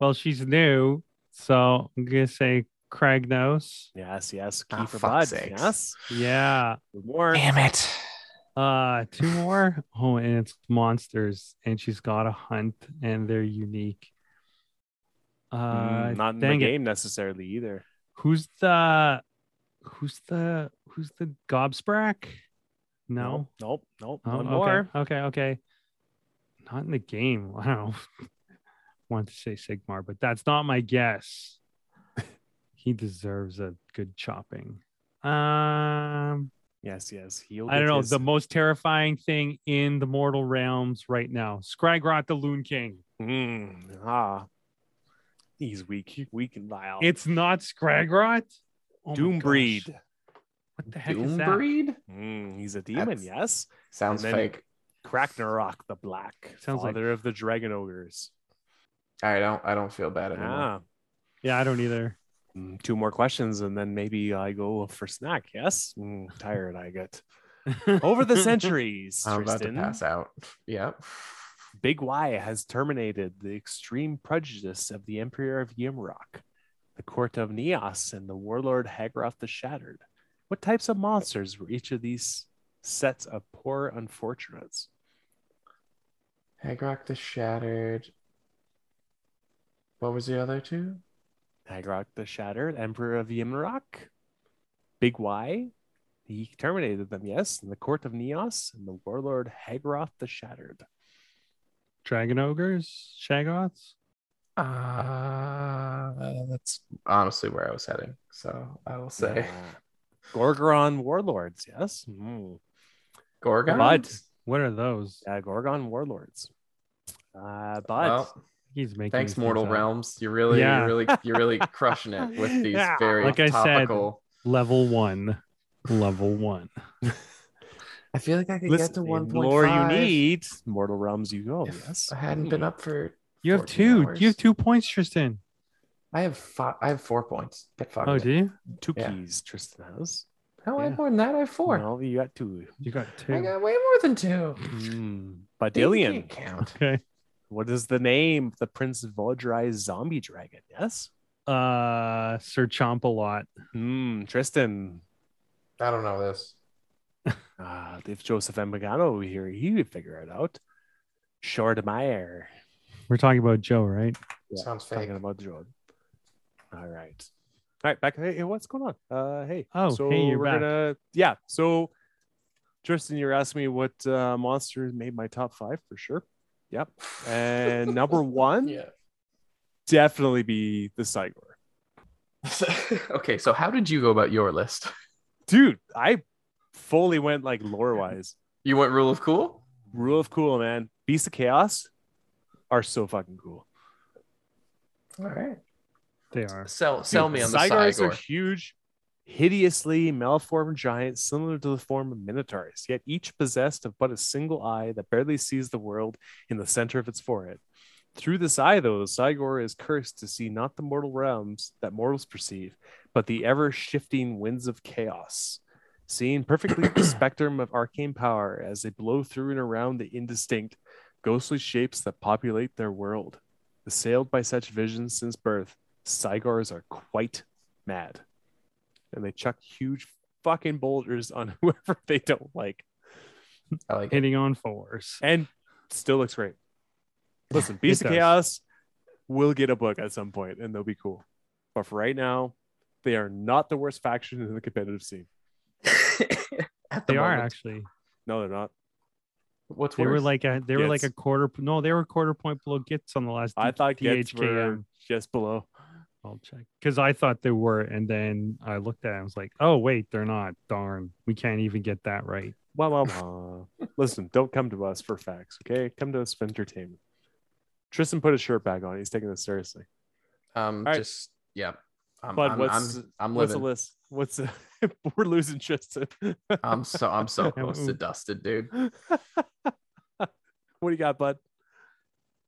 Well, she's new, so I'm gonna say Kragnos.
Yes, yes. Key
Ah,
for Bud.
fuck's sakes.
Yes.
Yeah.
Two more.
Damn it.
Uh, two more. Oh, and it's monsters, and she's got a hunt, and they're unique. Uh,
Mm, not in the
dang it.
game necessarily either.
Who's the, who's the, who's the Gobsprack? No.
Nope. Nope.
Oh,
One
okay.
more.
Okay. Okay. Not in the game. I don't know. want to say Sigmar, but that's not my guess. he deserves a good chopping. Um,
Yes, yes. He'll
I don't
get
know.
his-
The most terrifying thing in the mortal realms right now Skragrot the Loon King.
Mm, ah. He's weak. He's weak and vile.
It's not Skragrot. Oh my
Doombreed.
gosh. What the heck is that?
Doombreed?
Mm, he's a demon,
That's-
yes.
Sounds
And then-
fake.
Kraknarok the Black.
Sounds like-
father of the dragon ogres.
I don't I don't feel bad anymore.
Ah.
Yeah, I don't either.
Mm, Two more questions, and then maybe I go for snack. Yes, Mm, tired I get. Over the centuries,
I'm about to
Tristan,
pass out. Yeah.
Big Y has terminated the extreme prejudice of the Emperor of Yimrock, the court of Neos, and the warlord Hagroth the Shattered. What types of monsters were each of these sets of poor unfortunates?
Hagrock the Shattered. What was the other two?
Hagroth the Shattered, Emperor of Yimrock, Big Y. He terminated them, yes, in the court of Neos and the warlord Hagroth the Shattered.
Dragon Ogres? Shagoths?
Uh that's honestly where I was heading. So I will say
Yeah. Gorgoron Uh, warlords, yes. Mm.
Gorgon.
Bud.
What are those?
Uh, Gorgon warlords. Uh, but
Well,
He's making.
thanks,
these
Mortal
things up.
Realms. You're really,
Yeah.
you're really, you're really crushing it with these
Yeah.
very
Like I said,
topical.
Level one. Level one.
I feel like I could
listen,
get to
the
one point
lore
five.
you need, mortal realms you go.
If
yes,
I hadn't been up for.
Oh, You have
14
two.
hours.
You have two points, Tristan.
I have five. I have four points. Get fucked.
Oh, do you?
two
yeah.
keys. Tristan has
No, I
Yeah.
have more than that. I have four.
No, you got two.
You got
I
two.
got way more than two. Hmm.
Mm.
You can't
Badillion.
count.
Okay.
What is the name of the Prince Voldrized zombie dragon? Yes.
Uh, Sir Chompalot.
Mm, Tristan.
I don't know this.
Uh, if Joseph M. Pagano were here, he would figure it out. Shortmeyer.
We're talking about Joe, right?
Yeah,
Sounds fake.
Talking about Jordan. All right. All right, back. Hey, hey, what's going on? Uh, hey.
Oh,
so
hey, you're
we're
back.
gonna. Yeah. So, Tristan, you're asking me what uh, monster made my top five for sure. Yep. And number one,
Yeah.
definitely be the Sigor.
okay, so how did you go about your list?
Dude, I fully went like lore wise.
You went rule of cool.
Rule of cool, man. Beasts of Chaos are so fucking cool.
All right.
They are.
Sell, sell me on the
Cygars are
Sigor.
huge, hideously malformed giants similar to the form of minotaurs, yet each possessed of but a single eye that barely sees the world in the center of its forehead. Through this eye, though, the Cygor is cursed to see not the mortal realms that mortals perceive, but the ever shifting winds of chaos. Seeing perfectly the spectrum of arcane power as they blow through and around the indistinct, ghostly shapes that populate their world. Assailed by such visions since birth, Cygars are quite mad. And they chuck huge fucking boulders on whoever they don't like.
I like it.
Hitting on fours.
And still looks great. Listen, Beast
It
of
does.
Chaos will get a book at some point and they'll be cool. But for right now, they are not the worst faction in the competitive scene.
At the
They are
moment.
actually.
No, they're not.
What's
They
worse?
were like a they were like a
Gets.
quarter. No, they were a quarter point below Gits on the last.
I
D-
thought Gets
DHKM.
were just below.
I'll check because I thought they were, and then I looked at it and was like, "Oh wait, they're not. Darn, we can't even get that right."
Wah, wah, wah. Listen, don't come to us for facts, okay? Come to us for entertainment. Tristan put his shirt back on. He's taking this seriously.
um,
All right.
just yeah. I'm,
Bud,
I'm,
what's-
I'm, I'm
What's the
living.
list? What's the, we're losing Tristan? what
I'm so I'm so close to
Mm.
dusted, dude.
do you got, bud?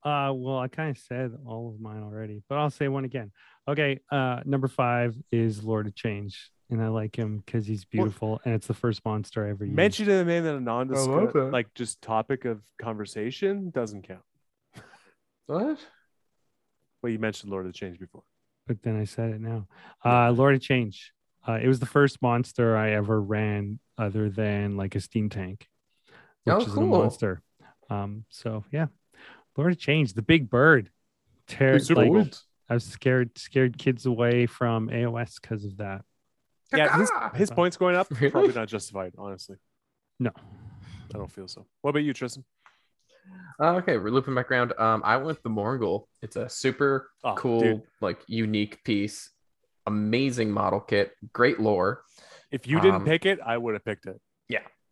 Uh, well, I kind of said all of mine already, but I'll say one again. Okay, uh, number five is Lord of Change, and I like him because he's beautiful, and it's the first monster I ever used.
Mention to the man that a
that.
non like just topic of conversation doesn't count.
What?
Well, you mentioned Lord of the Change before.
but then I said it now. Uh, Lord of Change. Uh, it was the first monster I ever ran, other than like a steam tank, which
Oh,
is a
cool.
monster. Um, so yeah, Lord of Change, the big bird. Ter- like, I was scared, scared kids away from AOS because of that.
Yeah, his,
Caca!
his points going up
Really?
probably not justified. Honestly,
No,
I don't feel so. What about you, Tristan?
Uh, okay, we're looping back around. Um, I went the Morgul. It's a super
Oh,
cool,
dude.
like unique piece. Amazing model kit, great lore.
If you didn't
Um,
pick it, I would have picked it.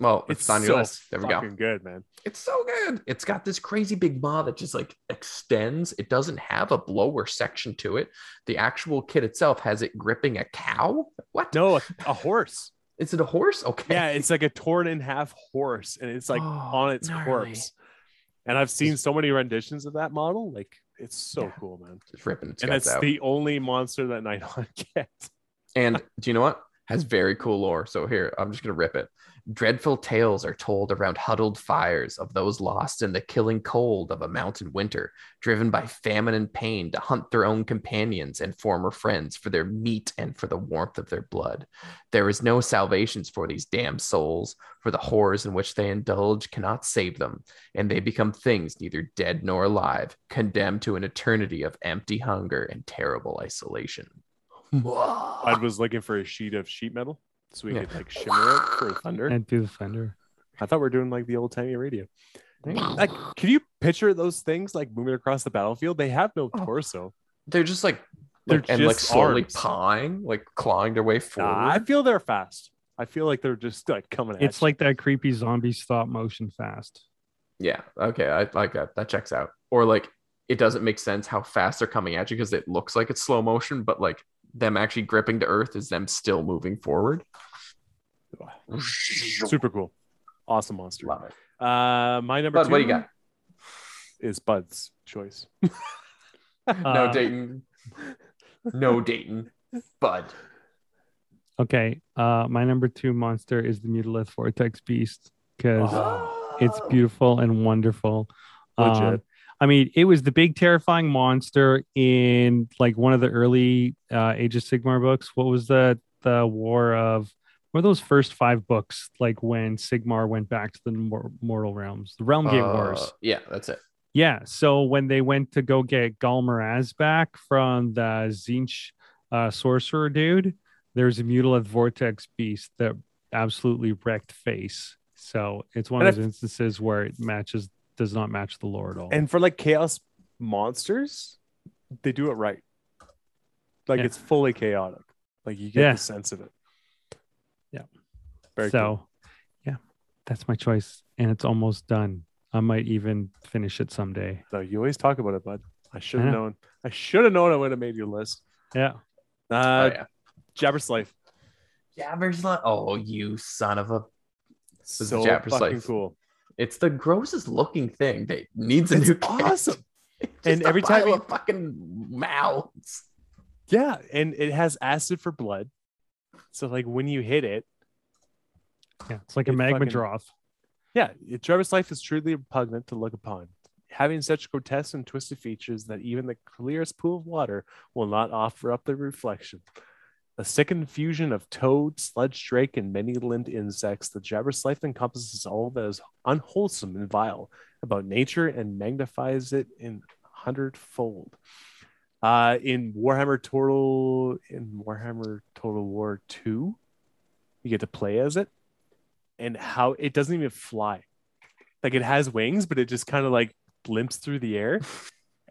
Well,
It's
it's, on your
so
list. There we go.
Fucking good, man.
It's so good. It's got this crazy big maw that just like extends. It doesn't have a blower section to it. The actual kit itself has it gripping a cow. What?
No, a, a horse.
Is it a horse? Okay.
Yeah, it's like a torn in half horse, and it's like
Oh,
on its
gnarly.
corpse. And I've seen so many renditions of that model. Like, it's so
Yeah.
cool, man.
Just ripping its
and
guts
that's
out.
the only monster that Nylon gets.
And do you know what? Has very cool lore. So here, I'm just gonna rip it. Dreadful tales are told around huddled fires of those lost in the killing cold of a mountain winter, driven by famine and pain to hunt their own companions and former friends for their meat and for the warmth of their blood. There is no salvations for these damned souls, for the horrors in which they indulge cannot save them, and they become things neither dead nor alive, condemned to an eternity of empty hunger and terrible isolation. Ah.
I was looking for a sheet of sheet metal so we
Yeah.
could like shimmer it for thunder.
and through the thunder.
I thought we were doing like the old timey radio. Like, can you picture those things like moving across the battlefield? They have no
Oh.
torso.
They're just like,
They're
like- and like
just
slowly
arms.
pawing, like clawing their way forward.
Nah, I feel they're fast. I feel like they're just like coming at
It's
you.
like that creepy zombie stop motion fast.
yeah, okay, I like that. That checks out. Or like, it doesn't make sense how fast they're coming at you because it looks like it's slow motion, but like them actually gripping to earth is them still moving forward.
super cool. Awesome monster.
Love it.
Uh my number
Bud,
two
what do you got?
is Bud's choice.
no
Uh,
Dayton. No Dayton. Bud.
Okay, uh, my number two monster is the Mutalith Vortex Beast because it's beautiful and wonderful.
Legit.
Um, I mean, it was the big terrifying monster in like one of the early uh, Age of Sigmar books. What was the the War of? Were those first five books like when Sigmar went back to the mor- mortal realms, the Realm
Uh,
Gate Wars?
Yeah, that's it.
Yeah. So when they went to go get Galmaraz back from the Zinch uh, sorcerer dude, there's a Mutalith Vortex beast that absolutely wrecked face. So it's one
And
of
I-
those instances where it matches does not match the lore at all.
and for like chaos monsters they do it right like
Yeah.
it's fully chaotic like you get
Yeah.
the sense of it
Yeah.
very
so,
cool.
yeah, that's my choice, and it's almost done. I might even finish it someday.
so you always talk about it bud i should have
know.
known i should have known i would have made your list
Yeah.
uh
Oh, yeah.
jabberslaith
Jabberslaw. Oh, you son of a is
so
Jabberslaith.
fucking cool
It's the grossest looking thing that needs a
It's
new cat.
awesome.
It's just
And
a
every time
pile
you-
of fucking mouths.
yeah and it has acid for blood so like when you hit it
Yeah. It's like
It
a magma
fucking-
droth.
Yeah, Trevor's life is truly repugnant to look upon, having such grotesque and twisted features that even the clearest pool of water will not offer up the reflection. A sickened fusion of toad, sludge drake, and many limbed insects, the Jabber's life encompasses all that is unwholesome and vile about nature and magnifies it in hundredfold. Uh, in Warhammer Total, in Warhammer Total War 2, you get to play as it and how it doesn't even fly. Like it has wings, but it just kind of like blimps through the air.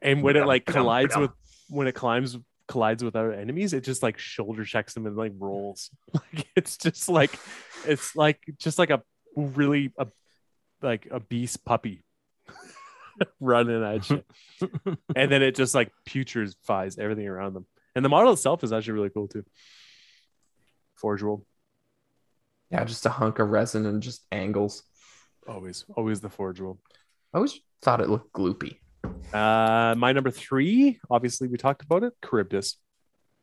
And when it like collides with when it climbs collides with other enemies, it just like shoulder checks them and like rolls. Like it's just like it's like just like a really a like obese puppy running at you. and then it just like putrefies everything around them. And the model itself is actually really cool too. Forge world.
Yeah, just a hunk of resin and just angles.
Always, always the forge world.
I always thought it looked gloopy.
Uh, my number three, obviously, we talked about it. Charybdis,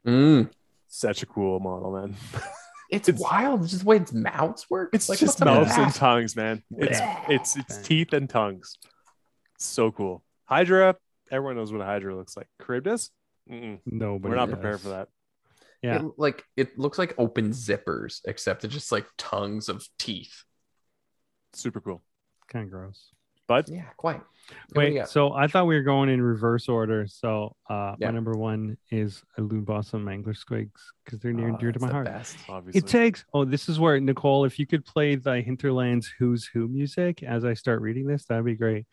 Mm.
such a cool model, man.
It's,
It's-
wild. Just the way its mouths work.
It's
Like,
just
what's up with
mouths and
that?
tongues, man. It's it's it's
Thanks.
teeth and tongues. So cool. Hydra. Everyone knows what a Hydra looks like. Charybdis. Mm-mm.
Nobody.
We're not
does.
prepared for that.
Yeah.
It, like it looks like open zippers, except it's just like tongues of teeth.
Super cool.
Kind of gross.
Yeah, quite.
Wait,
yeah.
so I thought we were going in reverse order. So uh,
Yeah.
my number one is a Loon Boss on Mangler Squigs because they're near and
Oh,
dear to
that's
my
the
heart.
best.
Obviously.
It takes. Oh, this is where Nicole. If you could play the Hinterlands Who's Who music as I start reading this, that'd be great.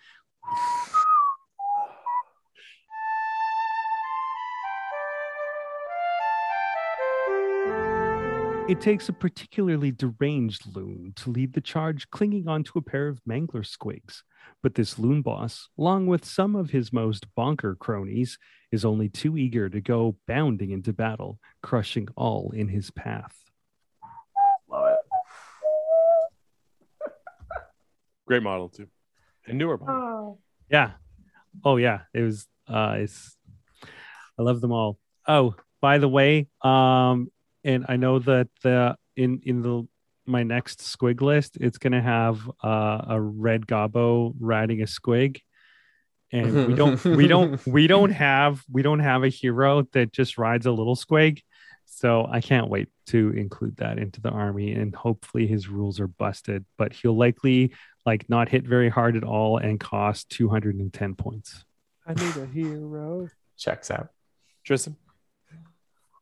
It takes a particularly deranged loon to lead the charge, clinging onto a pair of mangler squigs. But this loon boss, along with some of his most bonker cronies, is only too eager to go bounding into battle, crushing all in his path.
Great model too. And newer model.
Yeah. Oh yeah. It was uh it's I love them all. Oh, by the way, um and I know that the in in the my next squig list, it's gonna have uh, a red gobbo riding a squig. And we don't we don't we don't have we don't have a hero that just rides a little squig. So I can't wait to include that into the army and hopefully his rules are busted, but he'll likely like not hit very hard at all and cost 210 points.
I need a hero.
Checks out.
Tristan.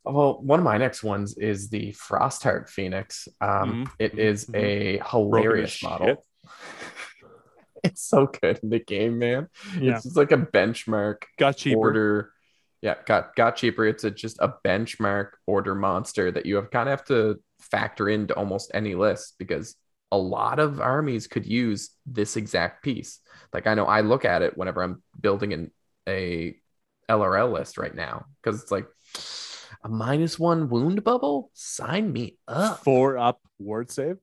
Well, one of my next ones is the Frostheart Phoenix. Um, it is a hilarious
Broken as
model. it's so good in the game, man.
Yeah.
It's just like a benchmark
Got cheaper.
order. Yeah, got got cheaper. It's a, just a benchmark order monster that you have kind of have to factor into almost any list because a lot of armies could use this exact piece. Like I know I look at it whenever I'm building an a LRL list right now because it's like a minus one wound bubble. Sign me up.
Four up ward save.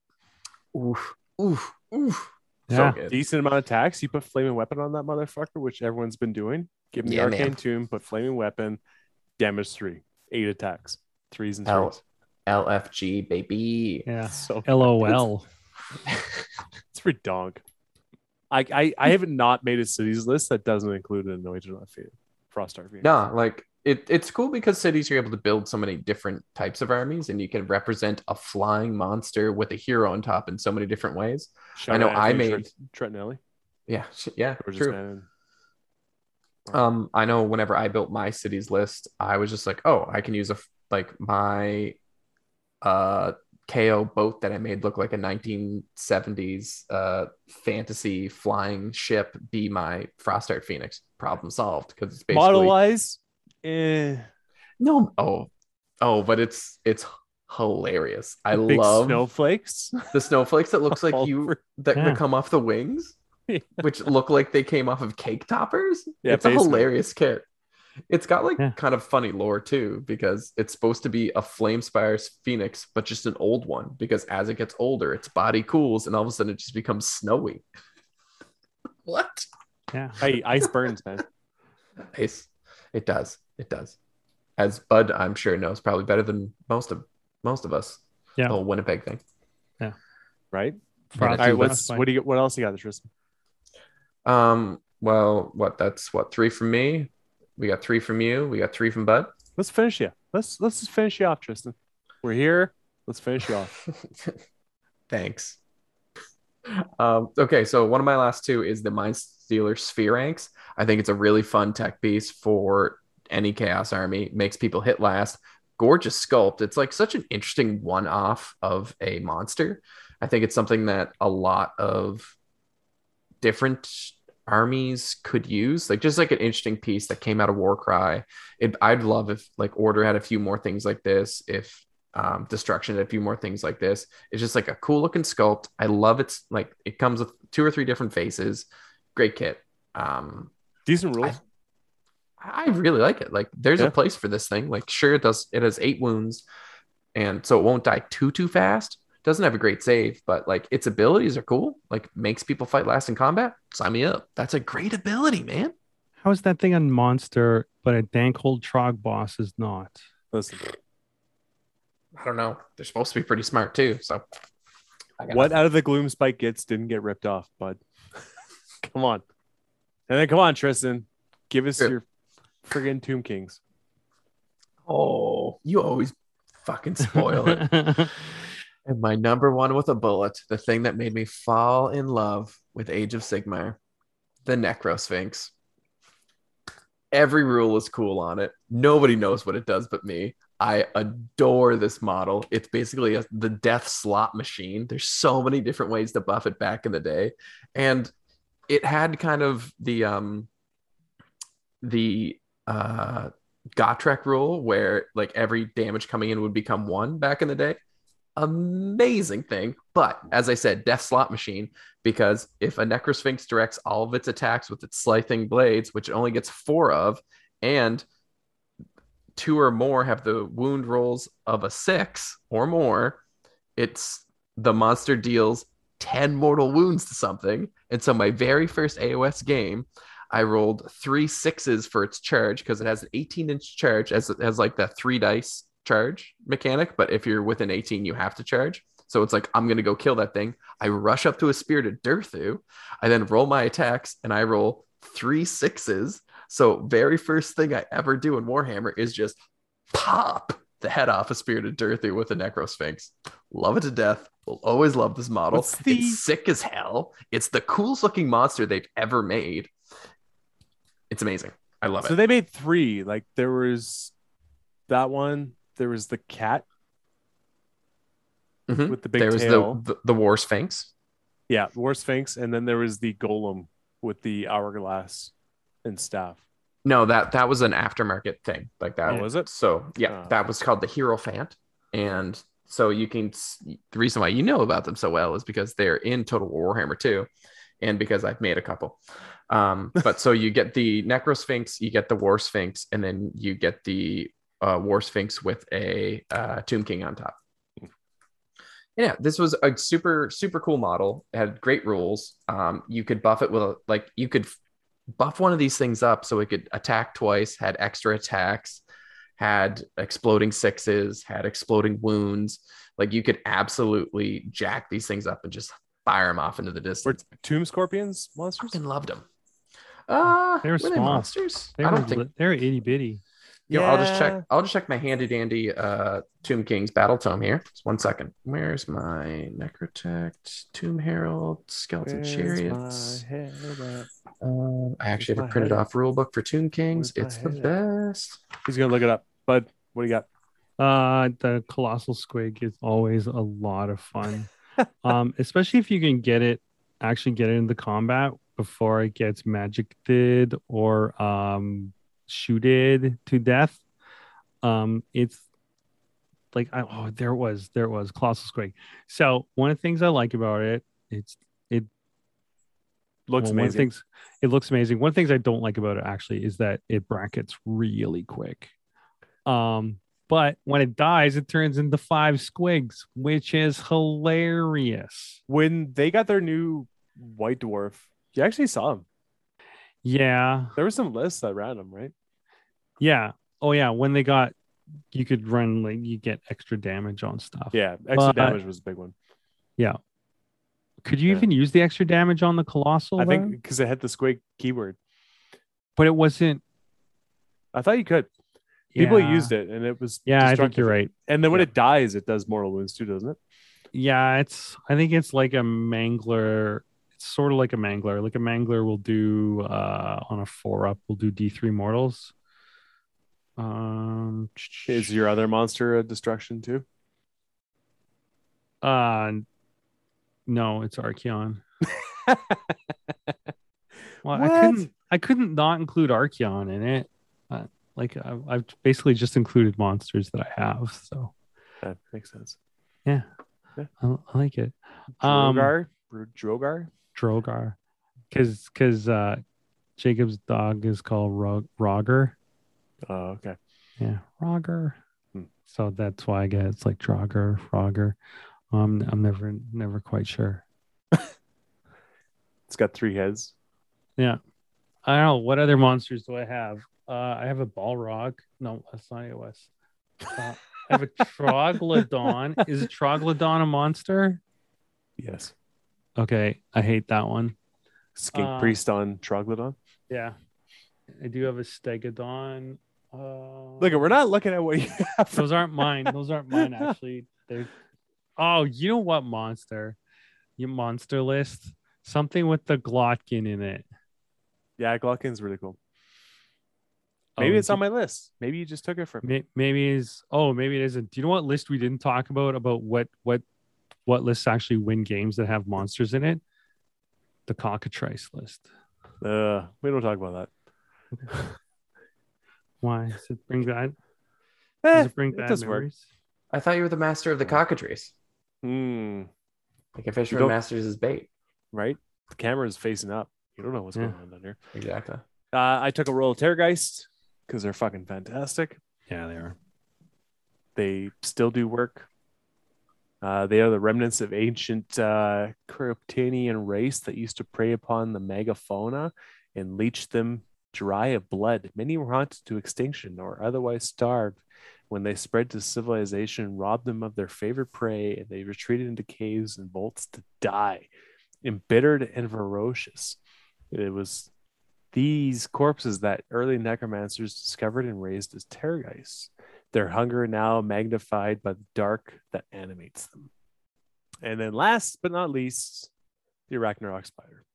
Oof, oof, oof.
Yeah.
So good.
decent amount of attacks. You put flaming weapon on that motherfucker, which everyone's been doing. Give him the
Yeah, man.
arcane tomb, put flaming weapon, damage three, eight attacks, threes and
Hell.
threes.
LFG baby.
Yeah.
So
LOL.
it's redonk. I, I I haven't not made a cities list that doesn't include an anointed on fear. Frost Arvine.
No, like it, it's cool because cities are able to build so many different types of armies and you can represent a flying monster with a hero on top in so many different ways. I know I made-
Trentinelli.
Yeah, sh- yeah,
Gorgeous
true.
man.
Um, I know whenever I built my cities list, I was just like, oh, I can use a f- like my uh KO boat that I made look like a 1970s uh fantasy flying ship be my Frostart Phoenix. Problem solved because it's basically
Model wise, eh,
no, oh, oh, but it's it's hilarious. I
big
love
snowflakes.
the snowflakes that looks like
All
you
over.
that,
Yeah.
that come off the wings,
Yeah.
which look like they came off of cake toppers.
Yeah,
it's a
basically.
hilarious kit. It's got like
Yeah.
kind of funny lore too, because it's supposed to be a flame spires phoenix, but just an old one. Because as it gets older, its body cools, and all of a sudden it just becomes snowy. what?
Yeah.
Hey, ice burns, man.
Nice. It does. It does. As Bud, I'm sure knows probably better than most of most of us.
Yeah.
The whole Winnipeg thing.
Right?
All
All
That's
right,
too
what's what do you what else you got, Tristan?
Um, well, what that's what three from me. We got three from you. We got three from Bud.
let's finish you. Let's let's just finish you off, Tristan. We're here. Let's finish you off.
Thanks. Um, okay, so one of my last two is the Mind Stealer Sphere Ranks. I think it's a really fun tech piece for any Chaos Army. Makes people hit last. Gorgeous sculpt. It's like such an interesting one off of a monster. I think it's something that a lot of different armies could use like just like an interesting piece that came out of war cry it, i'd love if like order had a few more things like this if um, destruction had a few more things like this it's just like a cool looking sculpt i love it's like it comes with two or three different faces great kit um
Decent rules.
I really like it. Like there's
Yeah.
a place for this thing. Like sure it does it has eight wounds and so it won't die too too fast. Doesn't have a great save, but like its abilities are cool. Like makes people fight last in combat. Sign me up. That's a great ability, man.
How is that thing a monster, but a Dankhold Trog boss is not?
Listen,
I don't know. They're supposed to be pretty smart too. So I got
what out of the gloom spike gets didn't get ripped off, bud. come on. And then come on, Tristan. Give us
Sure.
your friggin' Tomb Kings.
Oh, you always fucking spoil it. and my number one with a bullet, the thing that made me fall in love with Age of Sigmar, the Necro Sphinx. Every rule is cool on it. Nobody knows what it does but me. I adore this model. It's basically a, the death slot machine. There's so many different ways to buff it back in the day, and it had kind of the um the uh Gotrek rule where like every damage coming in would become one back in the day. Amazing thing. But as I said, death slot machine, because if a Necrosphinx directs all of its attacks with its slithing blades, which it only gets four of, and two or more have the wound rolls of a six or more, it's the monster deals 10 mortal wounds to something. And so my very first AOS game, I rolled three sixes for its charge because it has an 18 inch charge as as like that three dice charge mechanic. But if you're within 18, you have to charge. So it's like I'm gonna go kill that thing. I rush up to a spirited Durthu. I then roll my attacks and I roll three sixes. So very first thing I ever do in Warhammer is just pop the head off a spirited Durthu with a Necro Sphinx. Love it to death. Will always love this model.
What's the-
It's sick as hell. It's the coolest looking monster they've ever made. It's amazing. I love
So
it.
they made three. Like there was that one. There was the cat
Mhm.
with the big
There was
tail.
the, the the War Sphinx.
Yeah, War Sphinx, and then there was the Golem with the hourglass and staff.
No, that that was an aftermarket thing like that.
Oh, was it?
So yeah,
Oh.
that was called the Hero Fant, and so you can. s- The reason why you know about them so well is because they're in Total War Warhammer too, and because I've made a couple. Um, but so you get the Necro Sphinx, you get the War Sphinx, and then you get the uh, War Sphinx with a uh, Tomb King on top. Yeah, this was a super super cool model. It had great rules. Um, you could buff it with a, like you could buff one of these things up so it could attack twice, had extra attacks, had exploding sixes, had exploding wounds. Like you could absolutely jack these things up and just fire them off into the
Were
distance.
Tomb Scorpions monsters?
fucking loved them. Uh,
They were
were they
small.
monsters?
They're,
I don't think.
they're itty bitty.
You know, I'll just
Yeah.
check. I'll just check my handy dandy uh, Tomb King's battle tome here. Just one second. Where's my Necrotect, Tomb Herald, Skeleton
Where's
Chariots?
my head at?
Um, I actually
Where's
have
my
a printed
head?
off rule book for Tomb Kings.
Where's
It's
my
the
head
best.
He's gonna look it up. Bud, what do you got?
Uh, the colossal squig is always a lot of fun, um, especially if you can get it actually get it into combat before it gets magiced or um, shooted to death. Um, it's like I, oh, there it was there it was colossal squig. So one of the things I like about it, it's
Looks
well, One of the
amazing.
things, it looks amazing. One of the things I don't like about it actually is that it brackets really quick. Um, but when it dies, it turns into five squigs, which is hilarious.
When they got their new white dwarf, you actually saw him.
Yeah.
There were some lists that ran him, right?
Yeah. Oh yeah. When they got you could run like you get extra damage on stuff.
Yeah, extra
But-
damage was a big one.
Could you
Yeah.
even use the extra damage on the colossal?
I think
though?
because it had the squig keyword.
but it wasn't
I thought you could. People
yeah.
used it, and it was
Yeah, I think
destructive.
you're right.
And then when
Yeah.
it dies, it does mortal wounds too, doesn't it?
Yeah, it's I think it's like a mangler. It's sort of like a mangler. Like a mangler will do uh on a four up, will do D three mortals. Um
Is your other monster a destruction too?
uh no, it's Archeon. Well,
What?
I couldn't. I couldn't not include Archeon in it. Uh, like I, I've basically just included monsters that I have. So
That makes sense.
I, I like it. Um,
Drogar, Bro- Drogar.
Drogar, because because uh, Jacob's dog is called Rog- Roger.
Oh, okay.
Yeah, Roger.
Hmm.
So that's why I guess it's like Droger, Roger. Um, I'm never never quite sure.
It's got three heads.
I don't know what other monsters do I have. Uh, I have a Balrog. No, that's not AOS. Uh, I have a Troglodon. Is a Troglodon a monster?
Yes.
Okay, I hate that one.
Skink
Uh,
priest on Troglodon.
Yeah, I do have a Stegodon. Uh,
Look, we're not looking at what you have.
those aren't mine. Those aren't mine. Actually, they're. Oh, you know what monster? You monster list something with the Glotkin in it.
yeah, Glocken's really cool. Maybe
Oh,
it's on my list. Maybe you just took it from me.
May- maybe is oh maybe it isn't do you know what list we didn't talk about about what what what lists actually win games that have monsters in it the cockatrice list
Uh, we don't talk about
why does it bring that
that.
does
Eh,
it bring
it
bad
does work.
memories
I thought you were the master
Oh.
of the cockatrice.
Hmm.
Like a fisherman
don't-
masters his bait.
right? The camera is facing up. You don't know what's
Yeah.
going on down here.
Exactly.
Uh, I took a roll of Terrorgeist because they're fucking fantastic.
yeah they are
They still do work. Uh, they are the remnants of ancient uh, Kryptanian race that used to prey upon the megafauna and leech them dry of blood. Many were hunted to extinction or otherwise starved. When they spread to civilization, robbed them of their favorite prey, and they retreated into caves and vaults to die, embittered and ferocious. It was these corpses that early necromancers discovered and raised as terrorgeists their hunger now magnified by the dark that animates them. And then last but not least, the Arachnorok spider.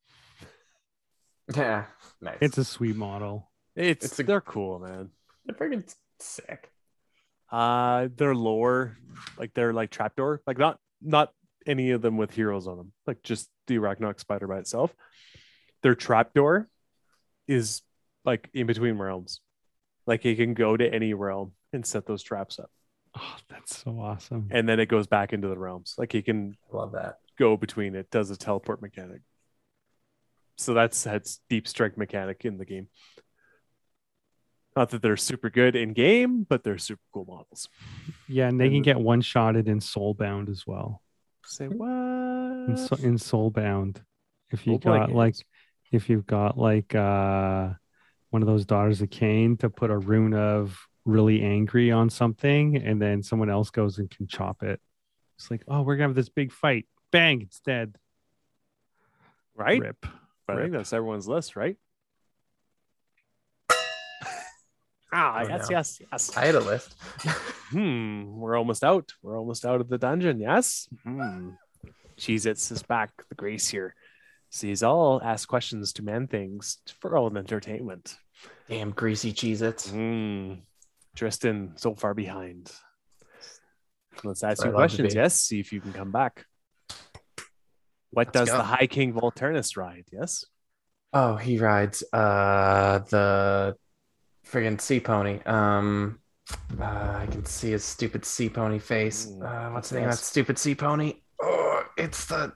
Yeah. Nice.
it's a sweet model
It's,
It's a-
they're cool, man.
They're freaking sick.
Uh their lore, like their like trapdoor, like not not any of them with heroes on them, like just the Arachnorok spider by itself. Their trapdoor is like in between realms. Like it can go to any realm and set those traps up.
oh that's so awesome
And then it goes back into the realms. Like it can
I love that.
go between it does a teleport mechanic. So that's that's deep strike mechanic in the game. Not that they're super good in game, but they're super cool models.
yeah and they
and
can
the-
get one shotted in soulbound as well
Say
Hmm.
what?
in, so, in soulbound if you
Role-play
got
games.
like if you've got like uh one of those daughters of Cain to put a rune of really angry on something and then someone else goes and can chop it. It's like, oh, we're gonna have this big fight. Bang, it's dead.
right?
Rip.
But I think that's everyone's list, right? ah,
Oh,
yes,
no.
yes, yes.
I had a list.
Hmm, we're almost out. We're almost out of the dungeon, yes? Hmm. Cheez Its is back, the grace here. Sees all, asks questions to man things for all entertainment.
Damn greasy Cheez Its. Hmm.
Mm. Tristan, so far behind. Let's ask
Where
you
I love to
questions.
be.
Yes, see if you can come back. What
Let's
does
go.
the High King Volturnus ride? Yes.
Oh, he rides uh the friggin' sea pony. Um uh, I can see his stupid sea pony face.
Mm,
Uh, what's
that's
the name of that
us.
stupid sea pony? Oh, it's the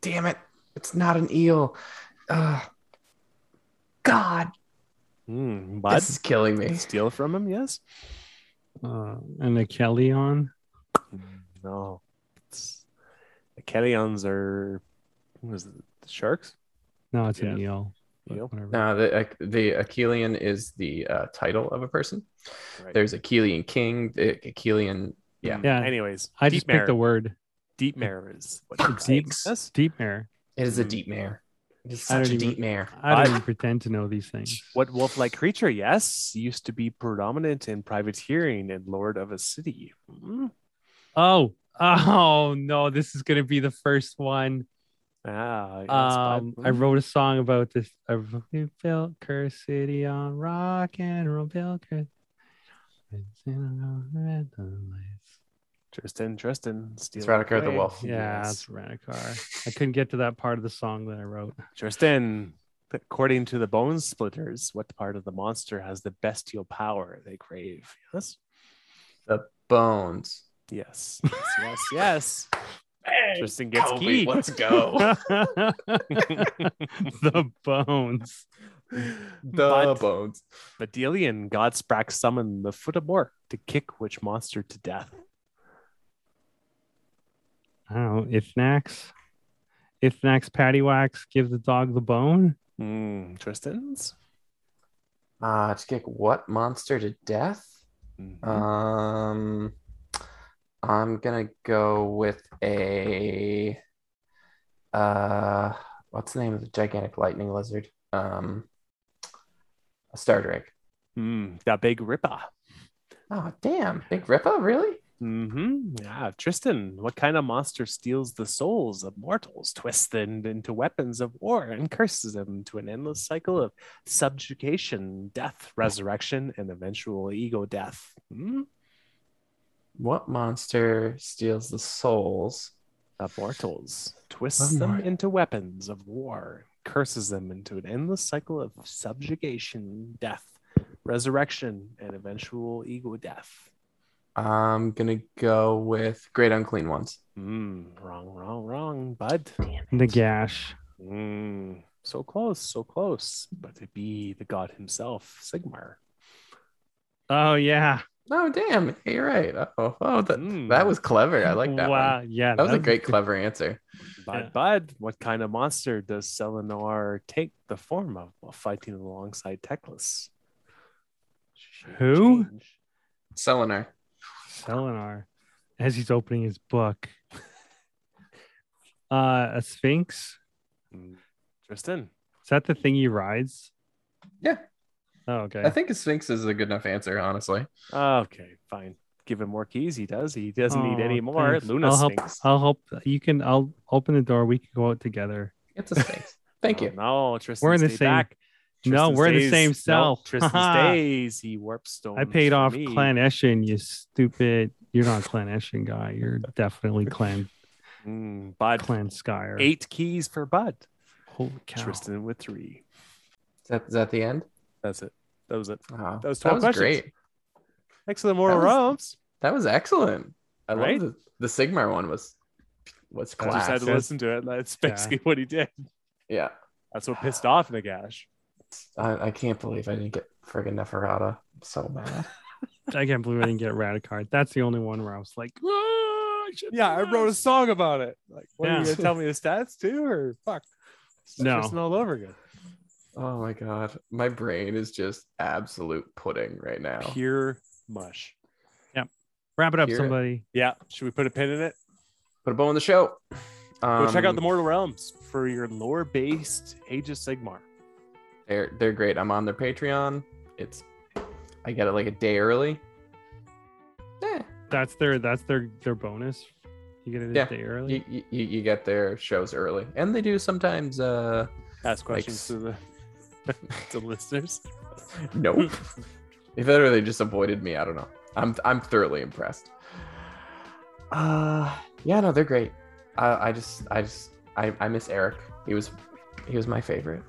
damn it. It's not an eel. Uh, God,
Mm, but
this is killing me.
steal from him. Yes.
Uh, and the Kelly on.
Hmm.
No. It's... The Kellyons are. What is it? The sharks?
No, it's an
Yeah.
eel. but
Eel?
Whatever.
No, the the Achillean is the uh, title of a person.
Right.
There's Achillean king, the Achillean. Yeah,
Yeah.
Anyways,
I
deep
just
mare.
picked the word
Deep mare is what
Deep-
it
deep
takes. Yes.
deep mare.
it is a
Mm.
deep mare. It is
I don't
such a
even-
deep mare.
I don't
I-
even pretend to know these things.
What wolf like creature, yes, used to be predominant in privateering and lord of a city. Mm.
Oh, oh no, this is gonna be the first one.
Ah, yes,
Um,
but-
I wrote a song about this. I wrote, "We built Curse City on rock and roll, built Curse." It's in a red lights.
Tristan, Tristan, steal.
It's Radakar
it
the
away.
wolf.
Yeah,
Yes.
it's Rent a Car. I couldn't get to that part of the song that I wrote.
Tristan, According to the bone splitters, what part of the monster has the bestial power they crave? Yes.
The bones.
Yes. Yes. Yes. yes. Tristan gets
Kobe,
key.
let's go.
the bones.
the
But-
bones.
Bedelian, God Sprack summoned the foot of Mork to kick which monster to death?
I don't know. Ithnax. Ithnax Pattywax give the dog the bone.
Mm, Tristan's?
Uh, to kick what monster to death? Uh. Mm-hmm. Um, I'm gonna go with a uh, what's the name of the gigantic lightning lizard? Um, a star drake.
Mm, the Big Ripper.
Oh, damn, Big Ripper, really?
hmm Yeah, Tristan, what kind of monster steals the souls of mortals, twists them into weapons of war, and curses them to an endless cycle of subjugation, death, resurrection, and eventual ego death? Mm?
What monster steals the souls?
Of mortals, twists
Of
them
mort-
into weapons of war, curses them into an endless cycle of subjugation, death, resurrection, and eventual ego death.
I'm gonna go with Great Unclean Ones.
Mm, wrong, wrong, wrong, bud.
The gash.
Mm, so close, so close. But it be the god himself, Sigmar.
Oh yeah.
Oh, damn, you're right. Oh, oh, that
Mm.
that was clever. I like that one.
wow. Yeah.
That was a great, clever answer.
Bud,
Yeah.
bud, what kind of monster does Selenor take the form of while fighting alongside Teclis? Shape
Who?
change.
Selenar.
Selenar, as he's opening his book. Uh, a sphinx.
Mm, Tristan.
Is that the thing he rides?
Yeah,
Oh, okay.
I think a Sphinx is a good enough answer, honestly.
Okay, fine. Give him more keys. He does. He doesn't need
Aw,
any more.
Oh, thanks.
Luna
I'll help.
Sphinx.
I'll help. You can. I'll open the door. We can go out together.
It's a Sphinx. Thank
Oh,
you.
No, Tristan.
We're in the
stay
same-
Back.
no,
Tristan
we're the
stays-
same
no,
cell.
Tristan stays. He warps stone.
I paid off Clan Eshin. You stupid. You're not a Clan Eshin guy. You're definitely Clan
Mm, bud.
Clan Skyer.
Eight keys for Bud.
Holy cow.
Tristan with three.
Is that, is that the end?
That's it. That was it.
Wow.
That was 12 questions.
great.
Excellent moral
That was-
realms.
That was excellent. I
Right?
love the, the Sigmar one was was
I just had
class.
to listen to it. That's basically what he did.
Yeah.
That's what pissed off Nagash.
I, I can't believe I didn't get friggin' Neferata. I'm so mad.
I can't believe I didn't get Radicard. That's the only one where I was like, "Ah,
Yeah, I wrote a song about it. Like, what are you
Yeah.
gonna tell me the stats too, or fuck? It's
No.
Tristan all over again.
Oh my god. My brain is just absolute pudding right now.
Pure mush.
wrap it up,
Hear it.
somebody.
Yeah. Should we put a pin in it?
Put a bow in the show.
Go check out
Um,
the Mortal Realms for your lore based Age of Sigmar.
They're they're great. I'm on their Patreon. It's I get it like a day early. Eh,
That's their. That's their. Their bonus. You get it a
Yeah.
day early.
you, you you- you get their shows early, and they do sometimes. uh
Ask
Like
questions to the to listeners.
Nope. if that or they just avoided me, I don't know. I'm I'm thoroughly impressed. Uh yeah, no, they're great. I I just I just I, I miss Eric. He was he was my favorite.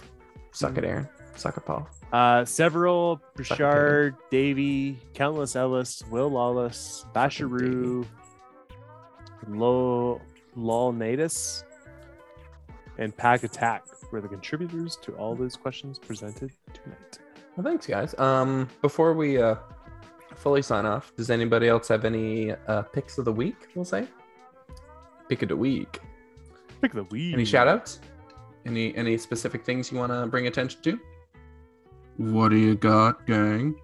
Suck it, Aaron. Suck it, Paul.
Uh, several
Fucking
Bouchard, Davy, Countless Ellis, Will Lawless,
Fucking
Basharu, Lo Lolnatus, and Pack Attack were the contributors to all those questions presented tonight.
Well, thanks, guys. Um, before we uh fully sign off, does anybody else have any uh picks of the week? We'll say pick of the week.
Pick the weed.
Any shout outs? Any any specific things you want to bring attention to? What do you got, gang?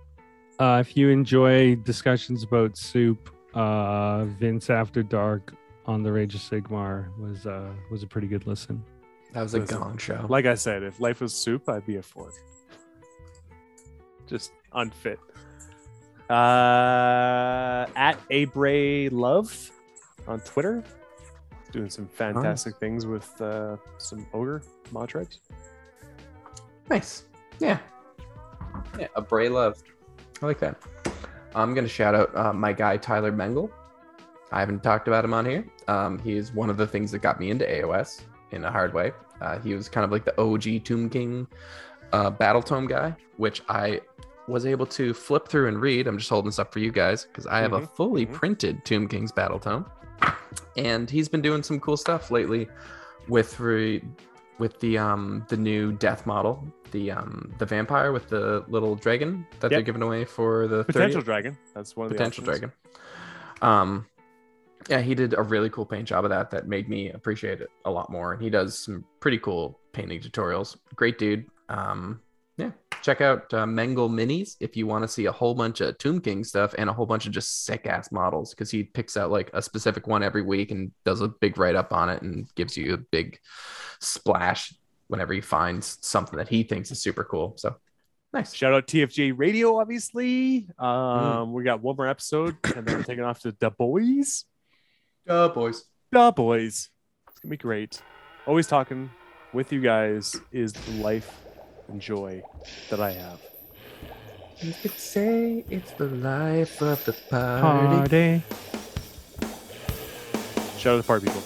Uh, if you enjoy discussions about soup, uh, Vince After Dark on the Rage of Sigmar was uh, was a pretty good listen.
That was a
Listen,
gong show.
Like I said, if life was soup, I'd be a fork. Just unfit. Uh, at Abray Love on Twitter, doing some fantastic things with uh, some ogre mod tribes.
Nice. Yeah. Yeah, a Bray love. I like that. I'm going to shout out uh, my guy, Tyler Mengel. I haven't talked about him on here. Um, he is one of the things that got me into AOS. in a hard way. Uh, he was kind of like the OG Tomb King uh, Battle Tome guy, which I was able to flip through and read. I'm just holding this up for you guys because I have a
Mhm,
fully
mhm.
printed Tomb King's Battle Tome, and he's been doing some cool stuff lately with re- with the um the new death model, the um the vampire with the little dragon that they're
Yep.
giving away for the 30th
Potential dragon. That's one of the
potential
options.
dragon. Um, yeah, he did a really cool paint job of that that made me appreciate it a lot more. And he does some pretty cool painting tutorials. Great dude. Um, yeah, check out uh, Mengel Minis if you want to see a whole bunch of Tomb King stuff and a whole bunch of just sick ass models because he picks out like a specific one every week and does a big write up on it and gives you a big splash whenever he finds something that he thinks is super cool. So nice.
Shout out TFJ Radio, obviously.
Mm.
Um, we got one more episode, and then we're taking off to the boys.
Uh, boys.
The boys. It's gonna be great. Always talking with you guys is the life and joy that I have.
You could say it's the life of the party.
Party.
Shout out to the party people.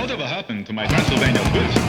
Whatever happened to my Transylvania goods?